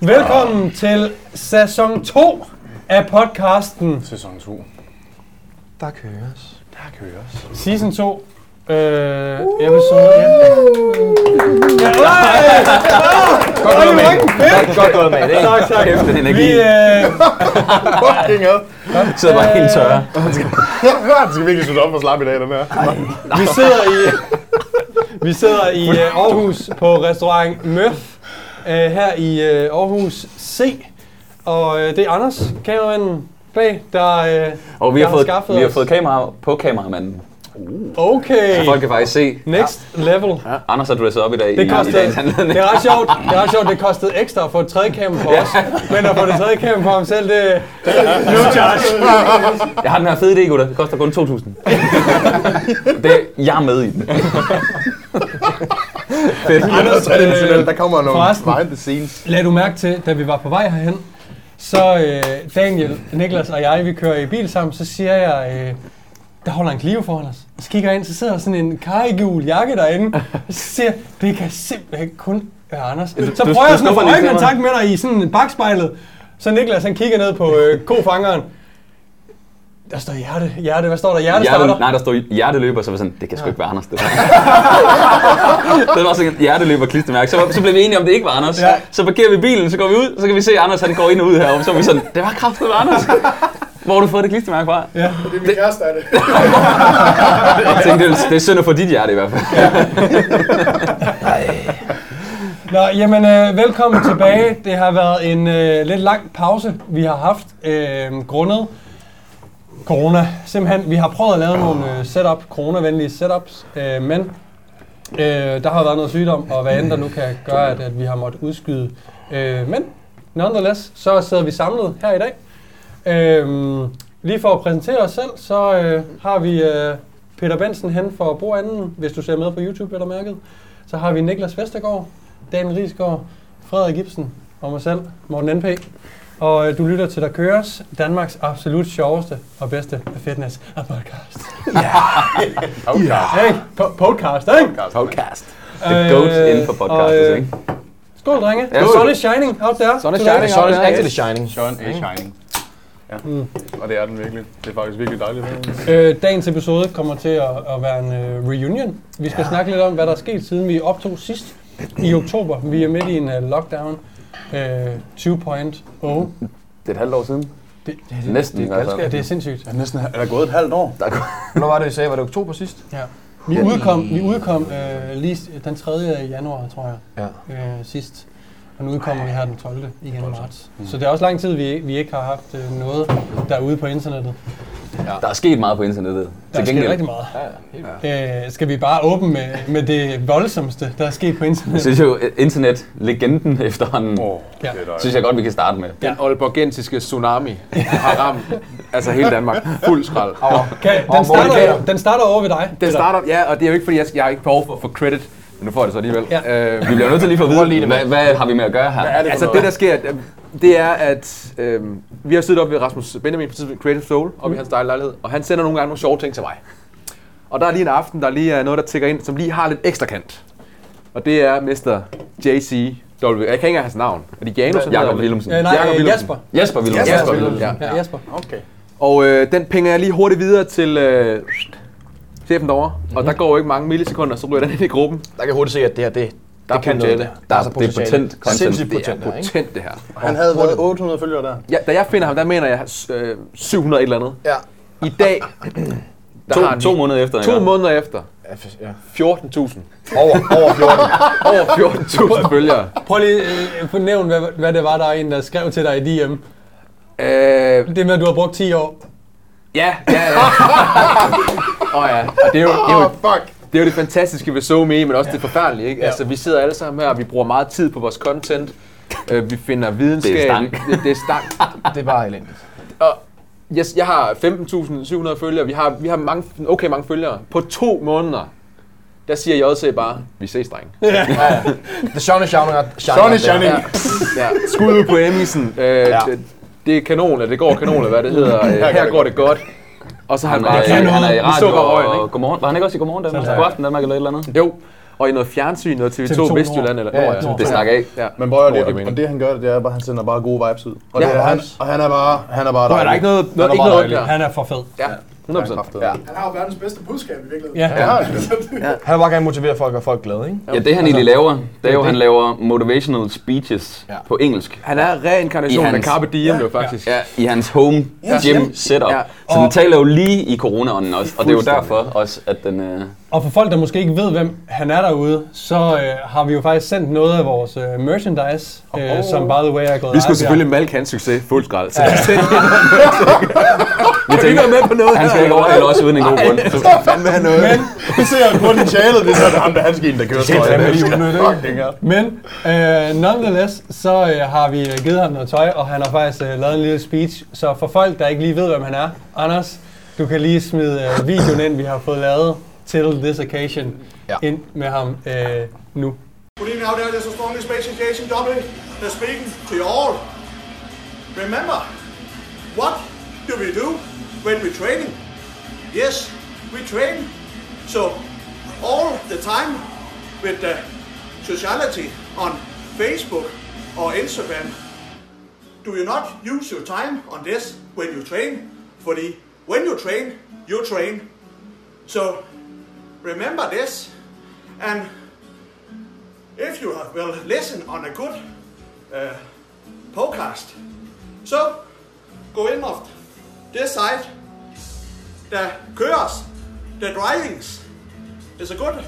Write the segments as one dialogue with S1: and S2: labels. S1: Velkommen til sæson 2 af podcasten
S2: Sæson 2.
S3: Der køres.
S2: Der køres.
S1: Season 2. Øh, episode 1. Ja, øh,
S2: Godt
S1: det var ikke fedt.
S3: Godt gået, mand. Ikke?
S1: Tak, tak.
S3: Kæft, den energi.
S1: Vi, øh,
S2: Fucking ad.
S3: sidder bare helt tørre.
S2: Den skal virkelig slutte op og slappe i dag, den her.
S1: vi sidder i, vi sidder i øh, Aarhus på restaurant Møf. Øh, her i øh, Aarhus C. Og øh, det er Anders, kameramanden bag, der... Øh,
S3: Og vi
S1: Jeg
S3: har,
S1: har
S3: fået,
S1: skaffet
S3: vi har
S1: os-
S3: fået kamera på kameramanden.
S1: okay,
S3: Folk kan faktisk se. Ah,
S1: next level.
S3: Anders har dresset op i dag.
S1: Det kostede,
S3: I, i dagens anledning.
S1: det er ret sjovt, det er ret sjovt, det kostede ekstra at få et tredje kamera for os, men at få det tredje kamera for ham selv, det... No charge.
S3: Jeg har den her fede idé, gutter. Det koster kun 2.000. det, jeg er med i den. Fedt.
S1: Anders,
S2: Traditionelt,
S1: øh,
S2: der kommer nogle
S1: forresten.
S2: behind the scenes.
S1: lad du mærke til, da vi var på vej herhen, så øh, Daniel, Niklas og jeg, vi kører i bil sammen, så siger jeg, øh, der holder en klive foran os. Så kigger jeg ind, så sidder der sådan en karregul jakke derinde, og så siger jeg, det kan simpelthen kun være Anders. Så
S3: du-
S1: prøver
S3: du
S1: jeg sådan at
S3: snupper
S1: få
S3: lige til mig.
S1: øjenkontakt med dig i sådan bagspejlet, så Niklas han kigger ned på øh, kofangeren, der står hjerte, hjerte, hvad står der? Hjerte
S3: Hjerte,
S1: starter.
S3: nej, der stod hjerteløber, så var jeg sådan, det kan sgu ikke være Anders, det der. det var sådan et hjerteløber klistermærke. Så, så blev vi enige om, det ikke var Anders.
S1: Ja.
S3: Ja. Så parkerer vi bilen, så går vi ud, så kan vi se, at Anders han går ind og ud heroppe. Så er vi sådan, det var kraftigt Anders. Hvor har du fået det klistermærke fra?
S1: Ja.
S2: Det er min kæreste, er det.
S3: Jeg tænkte, det er- det er synd at få dit hjerte i hvert fald.
S1: Nå, jamen, øh, velkommen tilbage. Det har været en øh, lidt lang pause, vi har haft, øh, grundet corona. Simpelthen, vi har prøvet at lave nogle øh, setup, corona-venlige setups, øh, men øh, der har været noget sygdom, og hvad end der nu kan gøre, at, at vi har måttet udskyde. Øh, men nonetheless, så sidder vi samlet her i dag. Øh, lige for at præsentere os selv, så øh, har vi øh, Peter Bensen hen for bordenden, hvis du ser med på YouTube, eller mærket. Så har vi Niklas Vestergaard, Daniel Risgaard, Frederik Gibsen og mig selv, Morten N.P. Og øh, du lytter til Der Køres, Danmarks absolut sjoveste og bedste fitness og podcast.
S2: Podcast.
S1: Hey, po- podcast, ikke?
S3: Podcast. The goat inden for podcastet,
S1: og, øh,
S3: ikke?
S1: Skål, drenge.
S3: Ja,
S1: Ja,
S3: skål.
S1: sun is shining out there.
S4: Sun is
S1: Today.
S4: shining, sun is actually shining.
S2: John A. Shining. Ja.
S4: Mm.
S2: Og det er den virkelig. Det er faktisk virkelig dejligt.
S1: Øh, dagens episode kommer til at, at være en øh, reunion. Vi skal ja. snakke lidt om, hvad der er sket, siden vi optog sidst i oktober. Vi er midt i en øh, lockdown øh, oh. 2.0.
S3: Det er et halvt år siden.
S1: Det-
S3: Næsten i hvert
S1: Ja,
S3: fald.
S1: det er sindssygt.
S2: Er, næsten, er der gået et halvt år?
S4: Hvornår var det, vi sagde? Var det oktober sidst?
S1: Ja. Vi udkom, vi udkom øh, lige s- den 3. januar, tror jeg,
S4: Ja.
S1: øh, sidst. Og nu udkommer vi her den 12. igen i marts. Så det er også lang tid, vi, vi ikke har haft øh, noget, der er ude på internettet.
S3: Der er sket meget på internettet.
S1: Der er sket rigtig meget. Øh, skal vi bare åbne med, med det voldsomste, der er sket på
S3: Jeg
S1: internettet?
S3: synes jo, internet-legenden efterhånden,
S2: Åh,
S1: Ja.
S2: det er dejligt.
S3: synes jeg godt, vi kan starte med.
S1: Ja.
S4: Den olborgensiske tsunami har ramt altså hele Danmark. Fuld skrald.
S1: Kan,
S4: Åh,
S1: den, starter,
S4: Morten.
S1: den starter over ved dig.
S4: Den starter, ja, og det er jo ikke, fordi jeg, jeg har ikke behov for, for credit, men nu får jeg det så alligevel.
S1: Ja.
S4: Øh,
S3: Vi bliver nødt til lige for at vide, hvad, hvad har vi med at gøre her?
S2: Er det
S4: altså det, der sker, øh, det er, at øh, vi har siddet oppe ved Rasmus Benjamin på tidspunkt Creative Soul, oppe i hans dejlige lejlighed, og han sender nogle gange nogle sjove ting til mig. Og der er lige en aften, der lige er noget, der tigger ind, som lige har lidt ekstra kant. Og det er Mr. JC W. Jeg kan ikke engang hans navn. Er det Janus? han hedder?
S3: Jakob Willumsen.
S1: Øh, nej,
S4: Jakob
S1: øh,
S4: Willumsen.
S1: Jasper.
S3: Jesper Willumsen.
S2: Jesper
S3: Willumsen.
S4: Ja.
S1: Ja, Jasper.
S2: Okay.
S4: Og øh, den pinger jeg lige hurtigt videre til øh, chefen derovre. Og der går jo ikke mange millisekunder, så ryger den ind i gruppen.
S5: Der kan jeg hurtigt se, at det her, det, det
S4: Der
S5: kan
S4: er
S5: noget.
S4: potentiale.
S5: Der,
S3: Der er,
S5: så
S3: det er
S5: potentiale.
S3: potent content.
S5: Sindssygt
S4: Det er
S5: potent. Det er, ikke?
S4: potent, det her.
S2: Han havde været 800 følgere der.
S4: Ja, da jeg finder ham, der mener jeg øh, 700 et eller andet.
S5: Ja.
S4: I dag, der
S3: To,
S4: har han
S3: to måneder efter.
S4: to
S3: ikke?
S4: måneder efter,
S5: Ja, for- ja.
S4: 14.000.
S5: Over, over 14.
S4: Over 14.000 følgere.
S1: Prøv lige øh, at nævne, hvad, hvad det var, der er en, der skrev til dig i DM.
S4: Øh,
S1: Det med, at du har brugt 10 år.
S4: ja, ja, ja. Åh oh, ja, og det er jo, det er jo
S2: Åh, fuck.
S4: Det er jo det fantastiske ved SoMe, men også ja. det forfærdelige. Ikke? Ja. Altså, vi sidder alle sammen her, og vi bruger meget tid på vores content. Øh, vi finder videnskab.
S3: Det er stank.
S4: Det, det er stank.
S5: Det er bare elendigt.
S4: Og jeg, jeg har 15.700 følgere. Vi har, vi har mange, okay mange følgere. På to måneder, der siger JC bare, vi ses, drenge.
S5: The Shawnee is shining.
S2: John A. Shining.
S4: Ja. Skud ud på Emmisen. Øh, ja. det, det er kanon, eller det går kanon, eller hvad det hedder. Øh,
S2: går
S4: her
S2: det
S4: går det godt. Og så har
S3: Han
S4: han
S3: er,
S4: bare...
S3: i- han er i
S4: Vi
S3: radio
S4: sukker røgen,
S3: og,
S4: ikke?
S3: og godmorgen. Var han ikke også i Godmorgen Danmark? God aften Danmark eller et eller andet?
S4: Jo. og i noget fjernsyn, noget TV2,
S1: TV2
S4: TV2 Vestjylland eller
S5: Ja, ja.
S4: ja, ja.
S3: Det snakker af.
S4: Ja.
S2: Men prøv at
S4: Hvor er det,
S2: høre, det,
S4: mener?
S2: og det han gør, det er bare, at han sender bare gode vibes ud. Og,
S4: Ja,
S2: det er, han,
S5: vibes.
S2: og han er bare, han er bare
S4: Prøv, er der ikke noget, noget, ikke noget ondt der?
S1: Han er for fed.
S4: Ja, 100 procent.
S2: Ja.
S5: Ja.
S6: Han har jo verdens bedste budskab i virkeligheden.
S1: Ja.
S2: Ja.
S5: Han vil bare gerne motivere folk og folk glade, ikke?
S3: Ja, det han egentlig laver, det er jo, han laver motivational speeches
S5: Ja.
S3: på engelsk.
S4: Han er
S3: I
S4: reinkarnationen af
S3: hans-
S4: Carpe Diem jo faktisk.
S3: Ja, i hans home gym setup.
S4: Ja.
S3: Så den taler jo lige i coronaånden også, og det er jo derfor også, at den... Øh,
S1: Og for folk, der måske ikke ved, hvem han er derude, så øh, har vi jo faktisk sendt noget af vores øh, merchandise, øh, som by the way er gået
S4: Oh. Vi skulle
S1: af.
S4: selvfølgelig malke hans succes fuld skrald. Så ja. vi tænker med på noget
S3: han skal ikke overhale os uden en god grund. Så,
S2: Fandme han noget. Men vi ser potentialet, hvis han er ham, der han skal ind, der kører trøjen.
S1: fandme lige udnyttet, ikke?
S2: Fucking hell.
S1: Men øh, nonetheless, så øh, har vi øh, givet ham noget tøj, og han har faktisk øh, lavet en lille speech. Så for folk, der ikke lige ved, hvem han er, Anders, du kan lige smide øh, videoen ind, vi har fået lavet til this occasion,
S5: Ja.
S1: ind med ham øh, nu.
S6: Good evening out there. This is strongly space station Dublin. They're speaking to you all. Remember, what do we do when we're training? Yes, we train. So all the time with the sociality on Facebook or Instagram. Do you not use your time on this when you train? Fordi when you train, you train. So remember this and if you will listen on a good uh, podcast. So, go in of this side, the køres, the drivings, is a good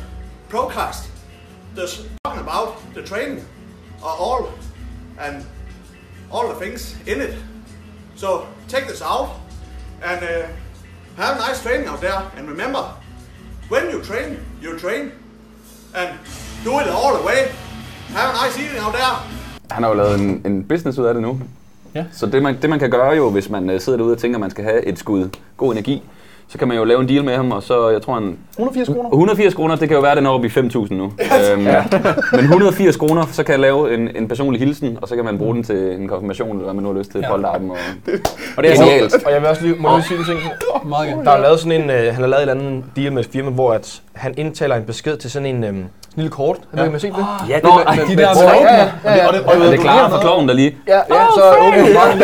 S6: podcast. This talking about the training are all and all the things in it. So take this out and uh, have a nice training out there. And remember, when you train, you train and do it all the way. Have a nice evening out there.
S3: han har jo lavet en, en business ud af det nu.
S1: Ja.
S3: Så det man, det man kan gøre jo, hvis man øh, sidder derude og tænker, at man skal have et skud god energi, så kan man jo lave en deal med ham, og så, jeg tror han...
S5: 180 kroner.
S3: 180 kroner, det kan jo være, at den er oppe i 5.000 nu. øhm, Men 180 kroner, så kan jeg lave en, en personlig hilsen, og så kan man bruge den til en konfirmation, eller hvad man nu har lyst til, ja. polterappen. Og, og det er genialt.
S5: Og jeg vil også lige, må jeg lige sige en ting.
S1: Meget gerne.
S5: Der er lavet sådan en, øh, han har lavet en eller anden deal med et firma, hvor at han indtaler en besked til sådan en, øh, sådan en lille kort. Ja. Har man set det?
S3: Ja, det,
S4: Nå,
S3: Nå,
S4: ej,
S1: De
S3: men,
S1: der
S5: Ja,
S1: med
S5: ja, ja, ja.
S3: og det, det klarer for kloven der lige.
S5: Ja, ja, så åbner du bare den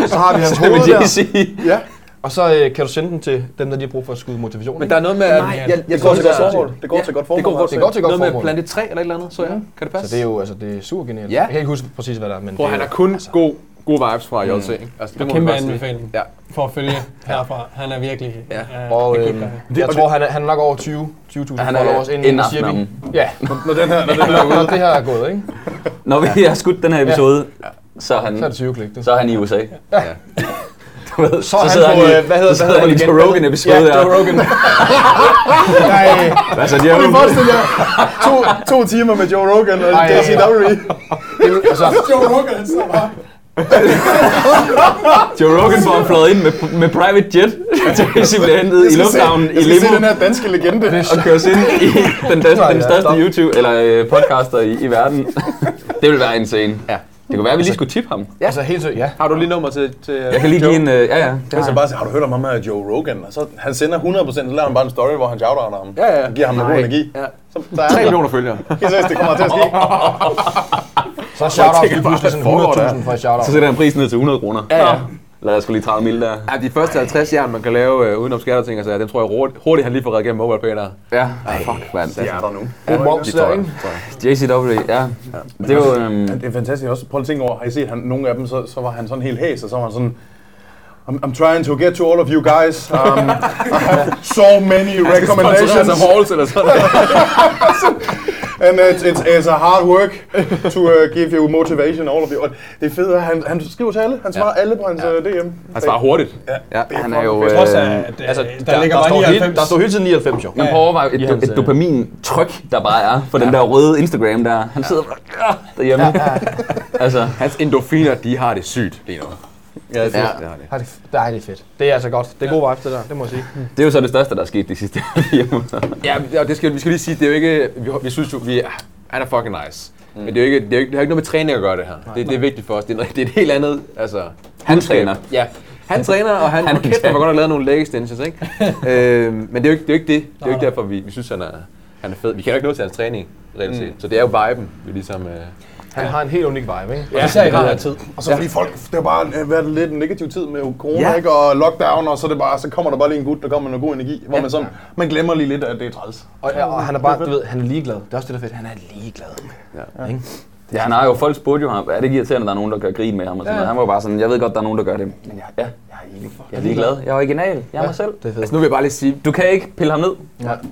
S5: der. Så har vi hans
S3: Det
S5: hoved
S3: vil jeg
S5: der.
S3: sige.
S5: Ja. Og så øh, kan du sende den til dem, der lige har brug for at skyde motivation.
S4: Men der er noget med, at jeg, jeg
S5: går
S4: tror,
S5: til
S4: det
S5: godt formål.
S4: Det går til godt formål. Det går,
S5: Det går til godt
S4: Noget med
S5: formål.
S4: plante 3 eller et eller andet, så ja. Kan det
S5: Så
S4: passe?
S5: det er jo altså, det er super genialt.
S4: Ja.
S5: Jeg kan ikke huske præcis, hvad der er, men
S4: Bro, han har kun god, gode vibes fra JC. ikke? Altså, det må man
S1: Kæmpe
S4: bare sige.
S1: anbefaling
S4: Ja.
S1: for at følge herfra. Han er virkelig...
S4: Ja. øhm,
S1: øh,
S5: Og
S1: en
S5: øh,
S1: good guy.
S5: jeg tror, han er, han er nok over 20 20.000
S3: Han er
S5: followers inden
S3: inden
S5: inden siger vi.
S3: aftenammen.
S5: Ja,
S2: Når den her, når den her er
S5: når
S2: ude.
S5: det her er gået, ikke?
S3: Når vi har skudt den her episode, så er han,
S5: Så er det 20 klik. Det.
S3: så er han i USA. Ja. Du ved, så,
S5: han
S3: sidder
S5: på,
S3: han
S5: øh,
S3: i,
S5: hvad hedder-
S3: så sidder
S5: hvad
S3: han i
S5: hedder
S3: Joe
S5: det igen?
S3: Rogan episode
S5: Ja,
S3: der.
S5: Joe Rogan. Nej,
S3: Hvad så, de har
S5: forestil jer.
S2: To, to timer med Joe Rogan og
S5: Ej.
S2: DCW.
S5: Altså,
S6: Joe Rogan, han sidder bare.
S3: Joe Rogan får han fløjet ind med, med private jet. Jesse bliver hentet i lufthavnen i
S2: Jeg skal se
S3: limo
S2: den her danske legende.
S3: og køres ind i den, den, den
S5: ja,
S3: største
S5: stop.
S3: YouTube eller øh, podcaster i, i verden. Det vil være insane. Ja. Det kunne være, at vi lige skulle tippe ham.
S5: altså helt sødt, ja.
S4: Har du lige nummer til, til
S3: Jeg kan lige give en... Øh, ja, ja. Det har
S2: Så
S3: jeg.
S2: bare siger, har du hørt om ham her Joe Rogan? Og så han sender 100%, så laver han bare en story, hvor han shoutouter ham.
S4: Ja, ja.
S2: Og giver ham noget god energi.
S4: Ja.
S2: Så, så er
S4: 3
S2: det.
S4: millioner følgere.
S2: Helt seriøst, det kommer til at ske.
S5: Så er shout-out lige pludselig sådan 100.000 for et shout-out.
S3: Så sætter han prisen ned til 100 kroner.
S4: Ja, ja.
S3: Lad os sgu lige 30 mil der.
S4: Ja, de første 50 jern, man kan lave øh, udenom skatter, tænker jeg, den tror jeg hurtigt, hurtigt han lige får reddet igennem mobile pay der.
S3: Ja. Ej, fuck, mand.
S2: Det er der nu.
S5: Det er moms der, ikke?
S3: JCW, ja. Det er jo... Øhm,
S2: Det er fantastisk også. Prøv at tænke over, har I set han, nogle af dem, så, så var han sådan helt hæs, og så var han sådan, I'm, I'm trying to get to all of you guys. Um, I have so many recommendations.
S3: altså
S4: Sponsoreret af Halls eller sådan noget.
S2: And it's, it's, it's a hard work to uh, give you motivation, all of you. Og det fede er, han, han skriver til alle. Han svarer alle på hans uh, ja. DM.
S4: Han svarer hurtigt.
S3: ja, han er jo...
S1: På trods af,
S3: øh,
S1: at, øh, altså, der, der, ligger bare
S5: står helt,
S1: 99.
S5: der står hele tiden 99, jo.
S3: Man prøver at overveje
S5: I
S3: et,
S5: hans,
S3: et
S5: øh,
S3: dopamintryk, der bare er for den der røde Instagram der. Han sidder bare ah, derhjemme. Altså,
S4: Hans endorfiner, de har det sygt lige nu. Ja, det,
S3: Ja.
S4: det har det.
S5: Har det- Nej, det er fedt. Det er altså godt. Det er god vibes, det der. Det må jeg sige.
S3: det er jo så det største, der er sket de sidste fire måneder.
S4: Ja, og det skal, vi skal lige sige, det er jo ikke, vi, vi synes jo, vi er, han er fucking nice. Mm. Men det er jo ikke, det, er jo ikke, det har ikke noget med træning at gøre det her. det, det, er vigtigt for os. Det er, noget- det er et helt andet, altså...
S3: Han træner.
S4: Ja, han træner, og han, han
S3: Han er
S4: kæft,
S3: træner.
S4: han var godt nok lavet nogle leg extensions, ikke? øhm, men det er jo ikke det. Er jo ikke det. det er jo ikke derfor, vi, vi synes, han er... Han er fed. Vi kender ikke noget til hans træning, reelt set. Mm. Så det er jo viben, vi ligesom... Øh,
S5: Han har en helt unik vibe, ikke?
S1: Ja, især i den her tid.
S2: Og så fordi folk, det har bare øh, været lidt en negativ tid med corona, ja. ikke? Og lockdown, og så, er det bare, så kommer der bare lige en gut, der kommer med noget god energi, hvor man sådan, man glemmer lige lidt, at det er træls.
S5: Og, og han er bare, du ved, han er ligeglad. Det er også det, der er fedt. Han er ligeglad. Ja. Ikke?
S3: Ja, han har jo, folk spurgte jo ham, er det ikke irriterende, at der er nogen, der gør grin med ham? Og sådan ja. Han var jo bare sådan, jeg ved godt, der er nogen, der gør det, men jeg, ja, jeg er, ikke, jeg er ligeglad. Jeg er original. Jeg er mig selv.
S5: Det er fedt.
S4: altså nu vil jeg bare lige sige,
S3: Du kan ikke pille ham ned.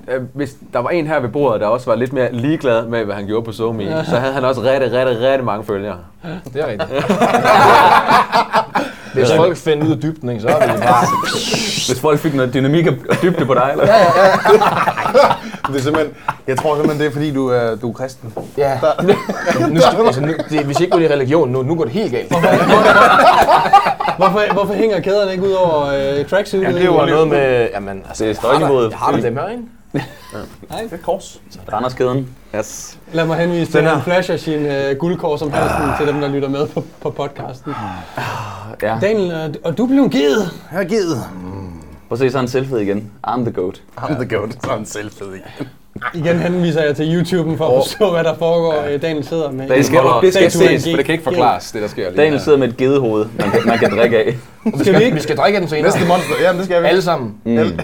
S4: Øh, hvis der var en her ved bordet, der også var lidt mere ligeglad med, hvad han gjorde på SoMe, så havde han også rigtig, rigtig, rigtig mange følgere.
S5: Det er rigtigt. Hvis folk finder ud af dybden, ikke, så er det bare...
S3: Hvis folk fik noget dynamik og og dybde på dig, eller? Ja, ja.
S2: Det er simpelthen, jeg tror simpelthen, det er fordi, du, øh, du er kristen.
S5: Ja. Nu, altså, nu, det, hvis ikke går det i religion nu, nu går det helt galt.
S1: Hvorfor, hvorfor hænger kæderne ikke ud over øh, tracksuit?
S5: Jamen, det var noget med... Jamen, altså,
S3: Det er støjniveauet.
S5: jeg har da dem her, ikke?
S3: Randerskæden.
S1: Lad mig henvise til, at han flasher sin øh, guldkors som halsen til dem, der lytter med på, på podcasten.
S3: Ja.
S1: Daniel, øh, og du blev givet.
S2: Jeg har givet
S3: Prøv at se, så er han selvfed igen. I'm the goat.
S2: ham, der gjorde det sådan selvfed i.
S1: Igen henviser jeg til YouTuben for at forstå, hvad der foregår. Øh, Daniel sidder med.
S3: Det skal,
S4: Det skal
S1: Statuen
S4: ses, for det kan ikke forklares, det der sker lige
S3: Daniel
S4: her.
S3: sidder med et gedehoved, man kan, man kan drikke af.
S1: Skal vi
S5: Vi
S1: ikke?
S5: skal drikke af den senere.
S2: Næste monster, ja, det skal vi.
S5: Alle sammen.
S3: Mm.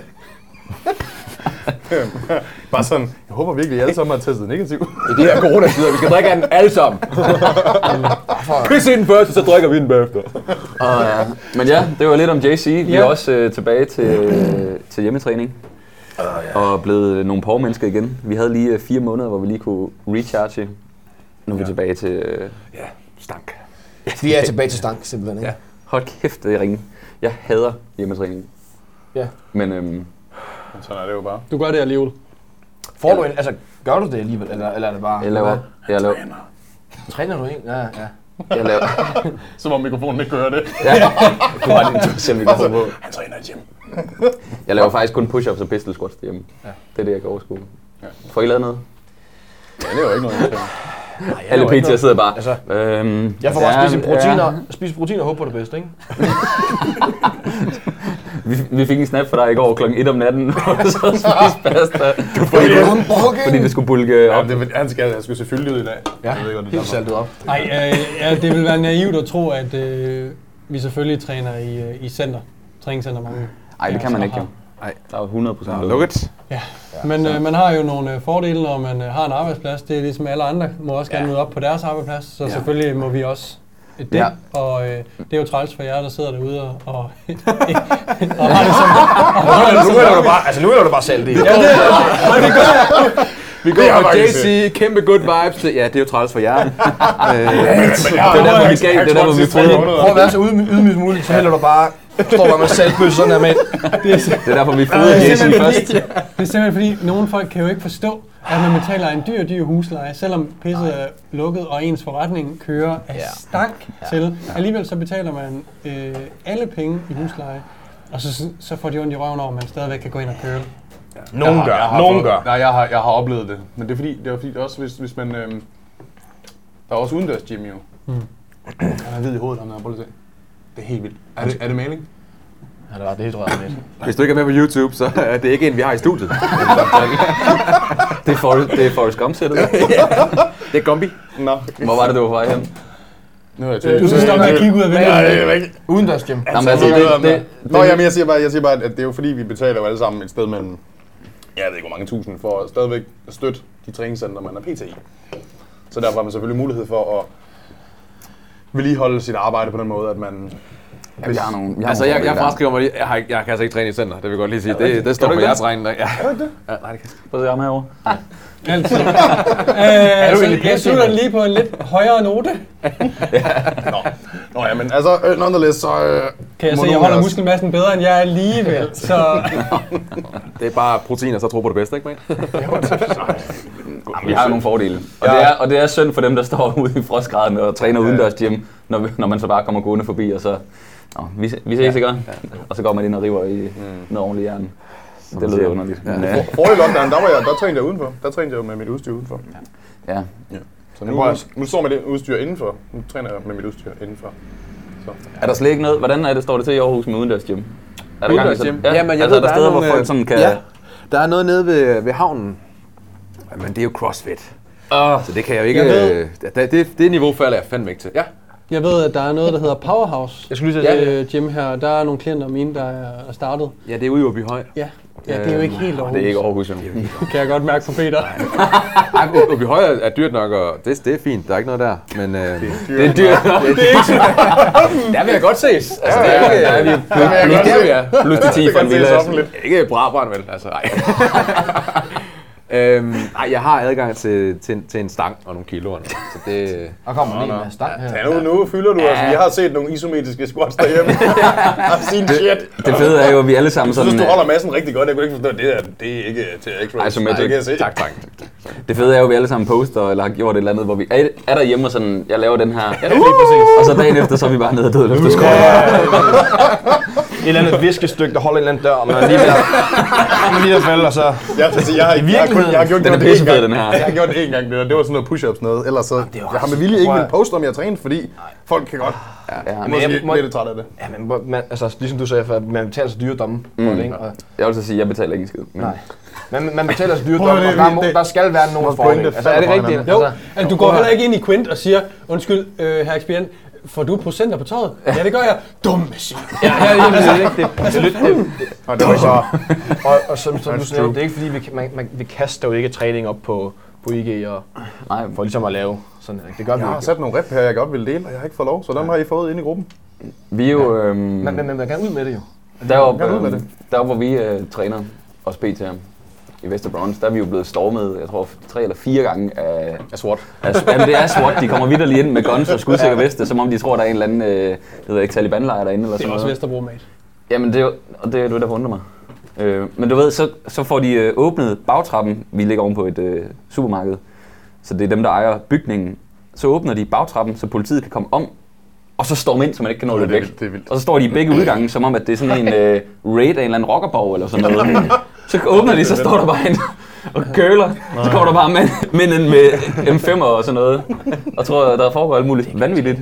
S2: Bare sådan, jeg håber virkelig, at I alle sammen har testet negativ.
S4: I de her coronatider, vi skal drikke af den alle sammen. Pis i den først, og så drikker vi den bagefter.
S3: Og, ja. Men ja, det var lidt om JC. Vi
S1: Ja.
S3: er også øh, tilbage til, øh, til hjemmetræning.
S4: Ah,
S3: Og blevet nogle pormennesker igen. Vi havde lige øh, fire måneder, hvor vi lige kunne recharge. Nu er vi tilbage til... Øh,
S4: Stank.
S5: Vi er tilbage til stank, simpelthen. Ikke?
S3: hold kæft, det er ringe. Jeg hader hjemmetræning.
S5: Ja.
S3: Men øhm,
S2: Sådan er det jo bare.
S1: Du gør det alligevel.
S5: Får du en, altså, gør du det alligevel, eller, eller er det bare...
S3: jeg laver... Jeg laver...
S5: Træner du en? Ja, ja.
S3: Jeg laver
S2: Som om mikrofonen ikke kører det.
S3: ja. Du har din du selv mikrofon på.
S2: Han træner i gym.
S3: Jeg laver faktisk kun push-ups og pistol squats derhjemme. Det er det, jeg kan overskue. Får I lavet noget?
S2: Ja, det er jo ikke noget.
S3: Alle PT'er sidder bare...
S5: Altså,
S3: øhm,
S5: jeg får bare
S3: ja,
S5: spise proteiner,
S3: ja.
S5: spise proteiner og håbe på det bedste, ikke?
S3: Vi, vi fik en snap fra dig i går kl. 1 om natten, hvor du så spiste pasta. Du får Fordi det skulle bulke øh, op.
S2: Ja, det, han skal, han skal se fyldig ud i dag. Ja, jeg ved godt, det
S5: Helt
S2: er
S5: saltet op.
S1: Nej, øh, ja, det vil være naivt at tro, at øh, vi selvfølgelig træner i, øh, i center. Træningscenter mange.
S3: Nej, det kan man ikke. jo.
S4: Nej.
S3: Der er jo 100 procent
S4: Look it.
S1: Ja. Men øh, man har jo nogle øh, fordele, når man øh, har en arbejdsplads. Det er ligesom alle andre må også gerne møde op på deres arbejdsplads, så ja. selvfølgelig må vi også øh, det. Ja.
S3: Ja.
S1: Og øh, det er jo træls for jer, der sidder derude og, og, og har det som...
S5: Nu er du bare, altså, nu er du bare salt i. Ja,
S4: Vi
S2: Det har
S4: går fra
S2: faktisk
S4: JC, kæmpe good vibes til, ja, det er jo træls for jer. Øh,
S3: Det er der, hvor vi gav, det er der, hvor vi prøvede.
S5: Prøv at være så ydmyg ydmyg som muligt, så hælder du bare, står bare med saltbøsse sådan her med.
S3: Det er derfor, vi fodrede
S1: det er
S3: Jason
S1: simpelthen
S3: først.
S1: Det er simpelthen fordi, nogle folk kan jo ikke forstå, at man betaler en dyr, dyr husleje, selvom pisset er lukket, og ens forretning kører af stank til. Alligevel så betaler man øh, alle penge i husleje, og så, så får de ondt i røven over, at man stadigvæk kan gå ind og køle.
S5: Nogen gør, nogen gør.
S2: Nej, jeg har, jeg har oplevet det. Men det er fordi, det er fordi det er også, hvis, hvis man... Øhm, der er også udendørs gym, jo. Mm. Han er hvid i hovedet, ham der. Prøv lige at se. Det er helt vildt. Er det, er det maling?
S5: Ja, det var det, tror jeg, lidt.
S4: Hvis du ikke er med på YouTube, så er det ikke en, vi har i studiet.
S3: Det er Forrest, det er Forrest Gump sættet.
S4: Det er Gumby.
S2: Nå.
S3: Hvor var det, du var på vej hen?
S2: Nu er jeg til.
S1: Du skal stoppe med at kigge ud af
S2: Nej,
S1: vinduet.
S2: det er rigtigt.
S5: Udendørs gym.
S3: Nå, men altså, det, det,
S2: Nå, jamen, jeg siger, bare, jeg siger bare, at det er jo fordi, vi betaler jo alle sammen et sted mellem, jeg ved ikke hvor mange tusind, for at stadigvæk at støtte de træningscenter, man er pt. i. Så derfor har man selvfølgelig mulighed for at vedligeholde sit arbejde på den måde, at man...
S3: Jamen, jeg har nogle, jeg har
S4: Altså,
S3: nogle
S4: jeg, jeg
S3: fordele
S4: fraskriver mig lige. Jeg, har, ikke- jeg kan altså ikke træne i center, det vil jeg godt lige sige. Det, det står
S3: Kan
S4: på
S3: du ikke
S4: jeres regning. Ja. Ja, nej, det kan
S3: der. Prøv at se ham herovre.
S1: Altid. Altså. Øh,
S5: egentlig
S1: så jeg
S5: pisse,
S1: slutter
S5: mand?
S1: lige på en lidt højere note.
S2: Nå, Nå ja, men altså, øh, nonetheless, så... Øh,
S1: Kan jeg
S2: må
S1: se,
S2: nogen
S1: jeg
S2: af
S1: holder
S2: os-
S1: muskelmassen bedre, end jeg er alligevel. Så
S4: Det er bare protein, og så tro på det bedste, ikke, man?
S3: Vi har jo nogle fordele. Og, det er, og det er synd for dem, der står ude i frostgraden og træner udendørs gym, når, vi- når man så bare kommer gående forbi, og så... Nå, vi, se- vi ses, ikke? Ja. Og så går man ind og river i noget ordentligt jern. Det lyder underligt. Men, øh,
S2: Forrige lockdown, der, var jeg, der trænede jeg udenfor. Der trænede jeg jo med mit udstyr udenfor.
S3: ja.
S2: Så nu, nu står med det udstyr indenfor. Nu træner jeg med mit udstyr indenfor.
S3: Er der slet ikke noget? Hvordan er det, står det til i Aarhus med udendørs gym? Er der gang i sådan-
S4: Jamen, jeg
S3: altså,
S4: ved,
S3: er der,
S4: der er øh,
S3: steder,
S4: nogle,
S3: hvor folk
S4: øh,
S3: sådan kan...
S4: ja. Der er noget nede ved, ved havnen, Men det er jo CrossFit.
S3: Åh.
S4: Så det kan jeg jo ikke...
S1: Jeg ved-
S4: øh, det, det, det niveau falder jeg fandme ikke til. Ja,
S1: Jeg ved, at der er noget, der hedder Powerhouse. Jeg
S5: skulle lige
S4: til at sige
S1: øh, gym her. Der er nogle klienter mine, der er startet.
S4: ja det er ude i Åby Høj.
S1: Ja, ja det er jo ikke helt Aarhus.
S3: Det er ikke Aarhus, jo.
S1: Kan jeg godt mærke på Peter.
S4: Ej, Åby Høj er, er dyrt nok, og det, det er fint. Der er ikke noget der. Men øh, det,
S2: Det er
S4: dyrt nok. Det er ikke Der vil jeg godt ses. Altså, det er ikke... Der er vi
S2: vil jeg
S4: plus, der vi er.
S3: Plus til 10
S2: Det
S3: for
S2: kan
S3: en
S2: ses
S3: villa.
S2: offentligt.
S4: Ikke Brabrand, vel? Altså, ej. øhm, ej, jeg har adgang til, til, til en stang og nogle kiloer nu, så det...
S5: Og kommer lige med en stang her.
S2: Ja, nu, nu fylder du altså. Jeg har set nogle isometriske squats derhjemme. I've seen shit.
S3: Det fede er jo, at vi alle sammen
S2: Jeg
S3: sådan...
S2: synes, du holder massen rigtig godt. Jeg kunne ikke forstå, at det der, det er ikke øh, til x
S3: Ej, som jeg
S2: det kan jeg se.
S4: Altså, Tak, tak.
S3: Det fede er jo, at vi alle sammen poster, eller har gjort et eller andet, hvor vi er, er der hjemme og sådan, jeg laver den her, og så dagen efter, så er vi bare nede og døde løfter skår.
S5: Et eller andet viskestykke, der holder en eller anden dør, og man er lige ved at, man er lige ved at falde, og så...
S2: Jeg, altså, jeg, har, ikke- jeg, har kun,
S5: virkeligheden.
S2: jeg har gjort
S3: Den er
S2: det én
S3: pissefed,
S2: gang.
S3: den her.
S2: Jeg har gjort det en gang, det der. Det var sådan noget push-ups noget. Ellers så, jeg har med vilje ikke
S5: Prøv at-
S2: villet poste, om jeg har trænet, fordi folk kan godt
S3: Ja, men
S2: måske
S5: jeg må-
S2: blive lidt trætte af det.
S5: Ja, men hvor- man, altså, ligesom du sagde, før, man betaler så dyre domme for
S3: Mm.
S5: det, ikke? Og,
S3: jeg vil så sige, at jeg betaler ikke en skid. Men
S5: nej. Man, man betaler så dyre
S2: Prøv at
S5: domme, og
S2: høre,
S5: der,
S2: det-
S5: må,
S2: det-
S5: der skal være nogen
S2: vores
S5: fordel.
S2: pointe
S5: Altså, er det
S2: falder fra
S5: rigtigt?
S2: hinanden.
S1: Jo,
S5: Altså,
S1: at du går heller ikke ind i Quint og siger, undskyld, øh, herr ekspedient, får du procenter på tøjet? Ja, det gør jeg. Dumme svin.
S5: Ja, ja, ja, det, er ikke- det, det, det, det,
S2: Og det var så...
S5: Og, og som, som du
S2: That's
S5: siger,
S2: true.
S5: det er ikke fordi, vi, kan- man, man, vi kaster jo ikke træning op på, på IG og,
S3: nej,
S5: for ligesom at lave sådan noget. Det gør vi
S2: Jeg
S5: jo
S2: har
S5: ikke.
S2: sat nogle rep her, jeg godt ville dele, og jeg har ikke fået lov, så dem har I fået inde i gruppen.
S3: vi er jo... Øhm,
S5: Men, men, men man kan ud med det jo.
S3: deroppe,
S2: Gør du med
S3: øhm, deroppe, hvor vi øh, træner os PT i Vesterbronze, der er vi jo blevet stormet, jeg tror, tre eller fire gange af... Af SWAT. jamen, det er SWAT. De kommer vidderligt ind med guns og skudsikker veste, som om de tror, der er en eller anden, øh, jeg ved ikke, Taliban-lejr derinde eller
S1: Det
S3: sådan
S1: er også
S3: noget.
S1: Vesterbro, mate.
S3: Jamen, det er jo og det, er jo det der forundrer mig. Øh, men du ved, så, så får de øh, åbnet bagtrappen. Vi ligger oven på et øh, supermarked, så det er dem, der ejer bygningen. Så åbner de bagtrappen, så politiet kan komme om, og så stormer ind, så man ikke kan nå det
S2: det er
S3: væk.
S2: vildt, det er vildt.
S3: Og så står de i begge udgange, som om at det er sådan en øh, raid af en eller anden rockerborg eller sådan noget. så åbner de, så står der bare en og køler. Så kommer der bare mænd, mænd ind med M5'er og sådan noget. Og tror, der foregår alt muligt vanvittigt.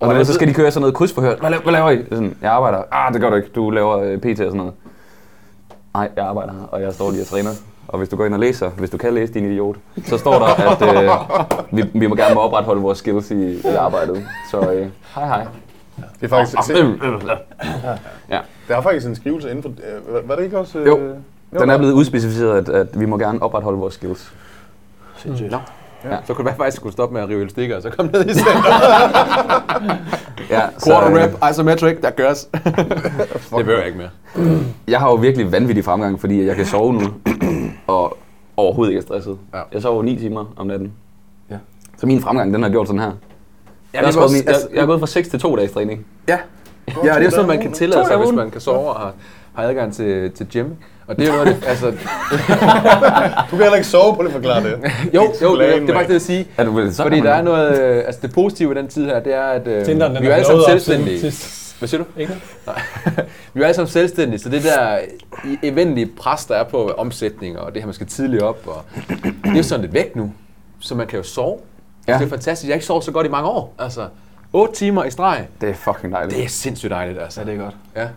S3: Og men, så skal de køre sådan noget krydsforhør. Hvad laver, hvad laver I? Sådan, jeg arbejder. Ah, det gør du ikke. Du laver øh, PT og sådan noget. Nej, jeg arbejder her, og jeg står lige og træner. Og hvis du går ind og læser, hvis du kan læse, din idiot, så står der, at øh, vi, vi må gerne må opretholde vores skills i, i arbejdet. Så øh, hej hej.
S2: Det er faktisk... Se,
S3: Ja.
S2: der er faktisk en skrivelse inden for... øh, Var var det ikke også... øh,
S3: Jo.
S2: jo,
S3: Den er blevet udspecificeret, at, at vi må gerne opretholde vores skills.
S4: Nå. Ja. Så kunne det være, at jeg faktisk skulle stoppe med at rive elastikker, og så komme ned i stedet.
S3: Ja,
S4: Quarter
S3: øh,
S4: rep, isometric, der gøres. det behøver jeg ikke mere.
S3: Jeg har jo virkelig vanvittig fremgang, fordi jeg kan sove nu, og overhovedet ikke er stresset.
S4: Ja.
S3: Jeg sover 9 timer om natten. Så min fremgang, den har gjort sådan her. Jeg,
S4: det
S3: har
S4: er
S3: skåret
S4: også-
S3: min, jeg,
S4: altså-
S3: jeg er gået fra 6 til 2 dages træning.
S4: Ja. Ja, det er jo sådan, man kan
S3: To
S4: tillade sig,
S3: dage om
S4: hvis
S3: ugen.
S4: man kan sove og har, har adgang til, til gym. Og det er jo noget, af det, altså,
S2: Du kan heller ikke sove på det, forklare det.
S4: jo, jo, det, er- det er faktisk det, jeg sige.
S3: Er du, så
S4: Fordi
S3: kan man-
S4: der er noget, øh, altså det positive i den tid her, det er, at øh,
S1: Tinderen, den
S4: vi er
S1: er
S4: alle sammen
S1: lavet op siden
S4: selvstændige.
S1: sidst.
S4: Hvad siger du?
S1: Ikke?
S4: Vi er alle sammen selvstændige, så det der i- eventlige pres, der er på omsætninger, og det her, man skal tidligt op, og det er jo sådan lidt væk nu. Så man kan jo sove. Ja.
S3: Ja.
S4: Det er fantastisk. Jeg har ikke sovet så godt i mange år. Altså, 8 timer i streg.
S3: Det er fucking dejligt.
S4: Det er sindssygt dejligt, altså.
S5: Ja, det er godt.
S4: Ja. Det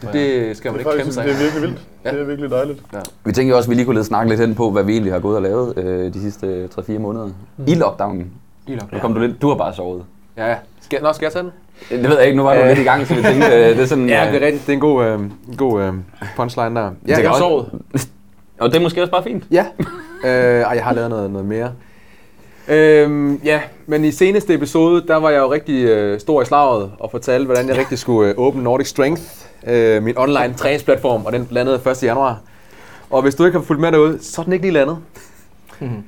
S4: skal man
S2: Det er,
S4: ikke kæmpe
S2: faktisk,
S4: sig
S2: det er
S4: af.
S2: virkelig vildt. Det er virkelig dejligt.
S3: Vi tænker også, at vi lige kunne lidt snakke lidt hen på, hvad vi egentlig har gået og lavet øh, de sidste øh, 3-4 måneder. I lockdownen.
S4: I lockdown.
S3: Nu kom du lidt, du har bare sovet.
S4: Ja, ja. Skal, nå, skal jeg tage den?
S3: Øh, Det ved jeg ikke, nu var du
S4: Øh.
S3: lidt i gang, så vi tænkte, øh, det er sådan...
S4: Ja,
S3: øh,
S4: det er rigtigt. Det er en god, øh, en god øh, punchline der. Ja,
S3: kan
S4: jeg har
S3: også-
S4: sovet.
S3: Og det er måske også bare fint.
S4: Ja. Øh, og jeg har lavet noget, noget mere. Øhm, ja, men i seneste episode, der var jeg jo rigtig øh, stor i slaget og fortalte, hvordan jeg rigtig skulle øh, åbne Nordic Strength, øh, min online træningsplatform, og den landede 1. januar. Og hvis du ikke har fulgt med derude, så er den ikke lige landet.
S3: Mhm.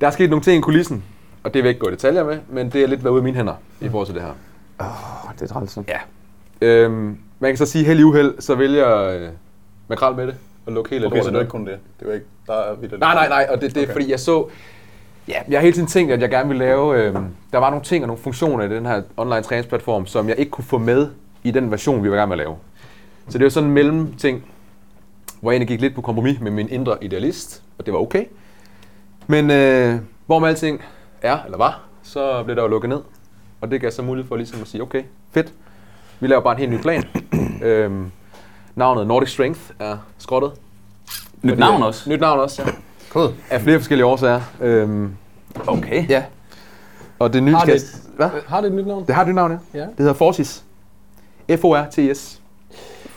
S4: Der er sket nogle ting i kulissen, og det vil jeg ikke gå i detaljer med, men det er lidt været ude af mine hænder i forhold til det her.
S3: Mhm. Åh, det er træls.
S4: Ja. Øhm, man kan så sige, held i uheld, så vælger øh, makrel med det og lukke hele
S2: Okay, så det var
S4: ned.
S2: ikke kun det. Det var ikke... Der er vildt.
S4: Nej, nej, nej, og det, det er okay. fordi, jeg så... Ja, jeg har hele tiden tænkt, at jeg gerne ville lave... Øh, der var nogle ting og nogle funktioner i den her online træningsplatform, som jeg ikke kunne få med i den version, vi var i gang med at lave. Så det var sådan en mellemting, hvor jeg egentlig gik lidt på kompromis med min indre idealist, og det var okay. Men øh, hvor med alting er, eller var, så blev der jo lukket ned. Og det gav så mulighed for ligesom at sige, okay, fedt. Vi laver bare en helt ny plan. øhm, navnet Nordic Strength er skrottet.
S3: Nyt navn også.
S4: Nyt navn også, ja. af flere forskellige årsager. Øhm,
S3: Okay.
S4: ja. Og det nye
S1: Har
S4: skal...
S1: det-
S4: Hvad?
S1: Har det et nyt navn?
S4: Det har et nyt navn, ja.
S1: Ja.
S4: Det hedder Fortis. F-O-R-T-I-S.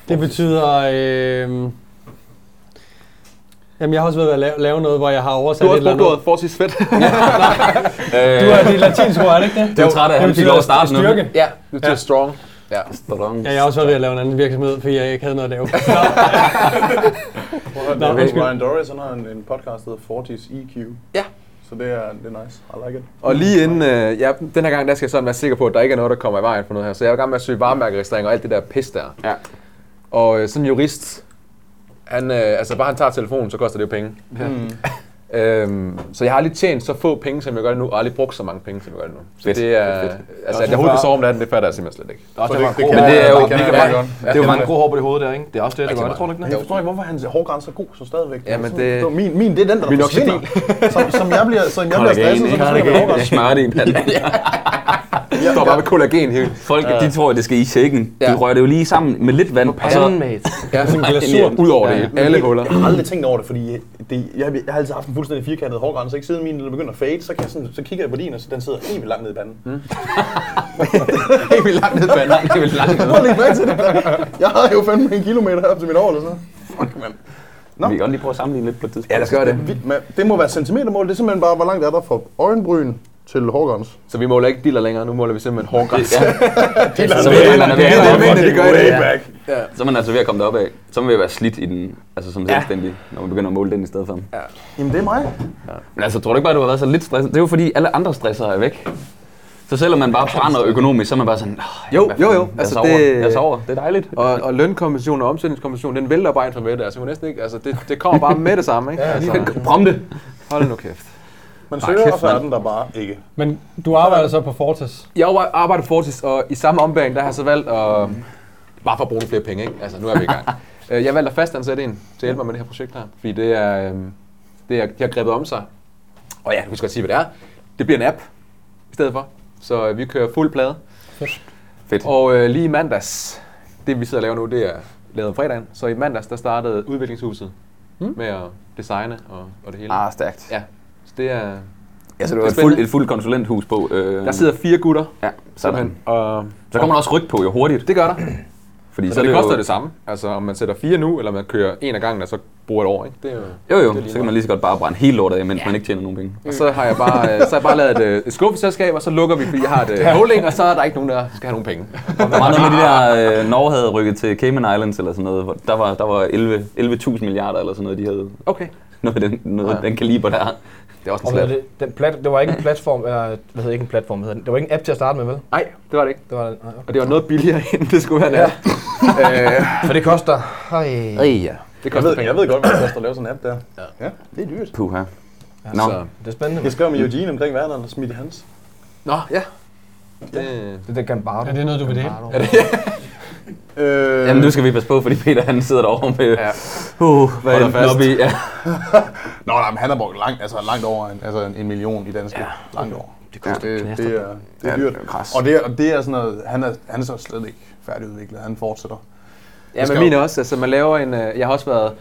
S1: Det betyder... Øh... Jamen, jeg har også været ved at lave, lave noget, hvor jeg har oversat
S4: Du har
S1: et
S4: også
S1: eller
S4: brugt
S1: andet.
S4: ordet Fortis fedt.
S3: Øh,
S1: Du er det latinske ord, er det ikke det? altså
S3: jeg er træt af, at han fik lov at starte nu.
S1: styrke.
S4: ja, det er strong. Ja.
S3: Restaurant.
S1: Ja, jeg har også været ved at lave en anden virksomhed, fordi jeg ikke havde noget at lave. Nå,
S2: Prøv at
S1: Nå,
S2: høre, det
S1: undskyld.
S2: er Ryan Doris, han har en, en podcast, der hedder Fortis EQ.
S4: Ja.
S2: Så det er, det er nice. I like it.
S4: Og lige inden, øh, ja, den her gang, der skal jeg sådan være sikker på, at der ikke er noget, der kommer i vejen for noget her. Så jeg er i gang med at søge varemærkeregistrering og alt det der pis der.
S2: Ja.
S4: Og øh, sådan en jurist, han, øh, altså bare han tager telefonen, så koster det jo penge.
S2: Mm.
S4: Øhm, så jeg har aldrig tjent så få penge, som jeg gør nu, og aldrig brugt så mange penge, som jeg gør nu. Så
S3: Fedt.
S4: det er,
S3: Fedt, fedt.
S4: altså at jeg overhovedet kan sove om natten, det fatter jeg simpelthen slet ikke.
S5: også
S2: det-
S5: derfor,
S2: det
S5: grå-
S2: kan
S5: men det
S2: jeg-
S5: er jo
S2: det kan jeg
S5: mega
S2: meget
S5: meget.
S2: godt.
S5: Det er jo
S2: Ja.
S5: mange grå hår på det hoved der, ikke? Det er også det, der
S4: Rigtig
S5: gør det, tror du ikke
S4: meget.
S5: det?
S2: Jeg forstår ikke, hvorfor hans hårgrænse er god så stadigvæk.
S4: Ja, men det-
S2: det var min, min, det er den, der
S4: Min
S2: forsvinder. som, som jeg bliver, så jeg bliver stresset, så forsvinder min
S3: Carnegie.
S2: hårgrænse.
S3: Smart i panden.
S4: Jeg står bare med kollagen hele.
S3: Folk, de tror, at det skal i shaken.
S4: Ja.
S3: De rører det jo lige sammen med lidt vand, og
S5: Panden,
S3: så
S5: mate.
S4: Ja, sådan en
S3: glasur
S4: ud over det hele. Alle huller.
S2: Jeg har aldrig tænkt over det, fordi det, jeg, jeg, har altid haft en fuldstændig firkantet hårgrænse, ikke siden min begynder at fade, så, kan jeg sådan, så kigger jeg på din, og så den sidder helt vildt langt ned i panden. Mm.
S4: Helt vildt langt ned på anden.
S3: det er vel langt.
S2: Prøv at lægge mærke til det. Jeg har jo fandme en kilometer op til mit hår, eller sådan noget. Fuck, mand.
S3: Vi kan godt lige prøve at sammenligne lidt på et tidspunkt.
S4: Ja, lad os gøre det.
S2: Vildt, mand. Det må være centimetermål, det er simpelthen bare, hvor langt er der fra øjenbryn til hårgrænse.
S4: Så vi måler ikke dealer længere, nu måler vi simpelthen hårdgræs. Ja,
S3: Så ved man, at vi er
S4: det,
S3: deroppe.
S4: det gør det. Ja.
S3: Så er man altså ved at komme derop af. Så er man ved at være slidt i den, altså som selvstændig, når man begynder at måle den i stedet for. Ja.
S2: Jamen, det er mig.
S3: Men altså, tror du ikke bare, du har været så lidt stresset? Det er jo fordi, alle andre stresser er væk. Så selvom man bare brænder økonomisk, så er man bare sådan, "Åh,
S4: Jo,
S3: hvad
S4: jo, jo.
S3: fanden, Jeg
S4: Altså,
S3: sover,
S4: det-
S3: jeg sover. Det er dejligt.
S4: Og, og lønkompensation og omsætningskompensation, den vælter bare ind fra med det. Altså, hun næsten ikke, altså, det, det kommer bare med det samme, ikke? Altså,
S3: Prompte.
S4: hold nu kæft.
S2: Men søger, og
S3: kæft,
S2: så er
S3: mand.
S2: den der bare ikke.
S1: Men du arbejder
S5: altså
S1: så på Fortis.
S4: Jeg arbejder- arbejder på Fortis, og i samme ombæring, der har jeg så valgt at... Bare for at bruge nogle flere penge, ikke? Altså, nu er vi i gang. Øh, jeg valgte at fastansætte en til at hjælpe mig med det her projekt her, fordi det er... øhm, Det er de har grebet om sig. Og ja, vi skal godt sige, hvad det er. Det bliver en app i stedet for. Så øh, vi kører fuld plade.
S3: Fedt.
S4: Og øh, lige i mandags, det vi sidder og laver nu, det er lavet om fredagen. Så i mandags, der startede udviklingshuset mm. med at designe og, og det hele.
S3: Ah, stærkt.
S4: Ja, så det er...
S3: Ja, så det var
S4: Det
S3: et
S4: er
S3: fuldt
S4: spændende.
S3: et fuld konsulenthus på. Øh,
S4: Der sidder fire gutter,
S3: ja, sådan.
S4: simpelthen, og
S3: Så kommer der også ryg på jo hurtigt.
S4: det gør der.
S3: Fordi
S4: Så, så det,
S3: er
S4: koster
S3: jo-
S4: det samme. Altså om man sætter fire nu, eller man kører en af gangen, og så bruger et år. Ikke? Det er jo...
S3: Jo jo, så kan man lige så godt bare brænde helt lortet af, mens man ikke tjener nogen penge.
S4: Og så har jeg bare, øh, så har jeg bare lavet et, øh, et skuffeselskab, og så lukker vi, fordi jeg har et øh, holding, og så er der ikke nogen, der skal have nogen penge.
S3: Der var noget med de der, øh, Norge havde rykket til Cayman Islands eller sådan noget. hvor Der var, der var 11 11.000 milliarder eller sådan noget, de havde.
S4: Okay.
S3: Noget af den, noget af den kaliber der.
S4: Det er også en
S5: Og hvad
S4: slat.
S5: hedder det, den plat, det var ikke en platform, eller hvad hedder det, ikke en platform, hvad hedder det? det var ikke en app til at starte med, vel?
S4: Nej, det var det ikke.
S5: Det var, nej, okay.
S4: Og det var noget billigere, end det skulle være. Ja. øh,
S5: For det koster... Ej.
S4: det
S3: Ej,
S2: Jeg
S4: koster
S2: ved,
S4: penge.
S2: jeg ved godt, hvad det koster at lave sådan en app der. Ja. ja. det er dyrt.
S3: puha. Nå,
S4: Så.
S5: altså, Det er spændende.
S2: Jeg skrev med Eugene omkring verden og smidt i hans.
S4: Nå, ja. Det,
S5: Det er den Gambaro.
S1: Er det noget, du vil dele?
S5: Gambaro.
S2: Øh,
S3: jamen nu skal vi passe på, fordi Peter han sidder derovre med... Ja. Uh, hvad er
S4: Holder fast.
S3: det i? Ja.
S2: Nå, nej, men han har brugt langt, altså langt over en, altså en million i danske. Ja. Langt over. Det koster ja, det, det, er, det er dyrt.
S3: kras.
S2: og, det er, og det er sådan noget, han er, han er så slet ikke færdigudviklet. Han fortsætter.
S4: Ja, men
S2: skal
S4: min
S2: jo-
S4: er også. Altså, man laver en... øh, Jeg har også været...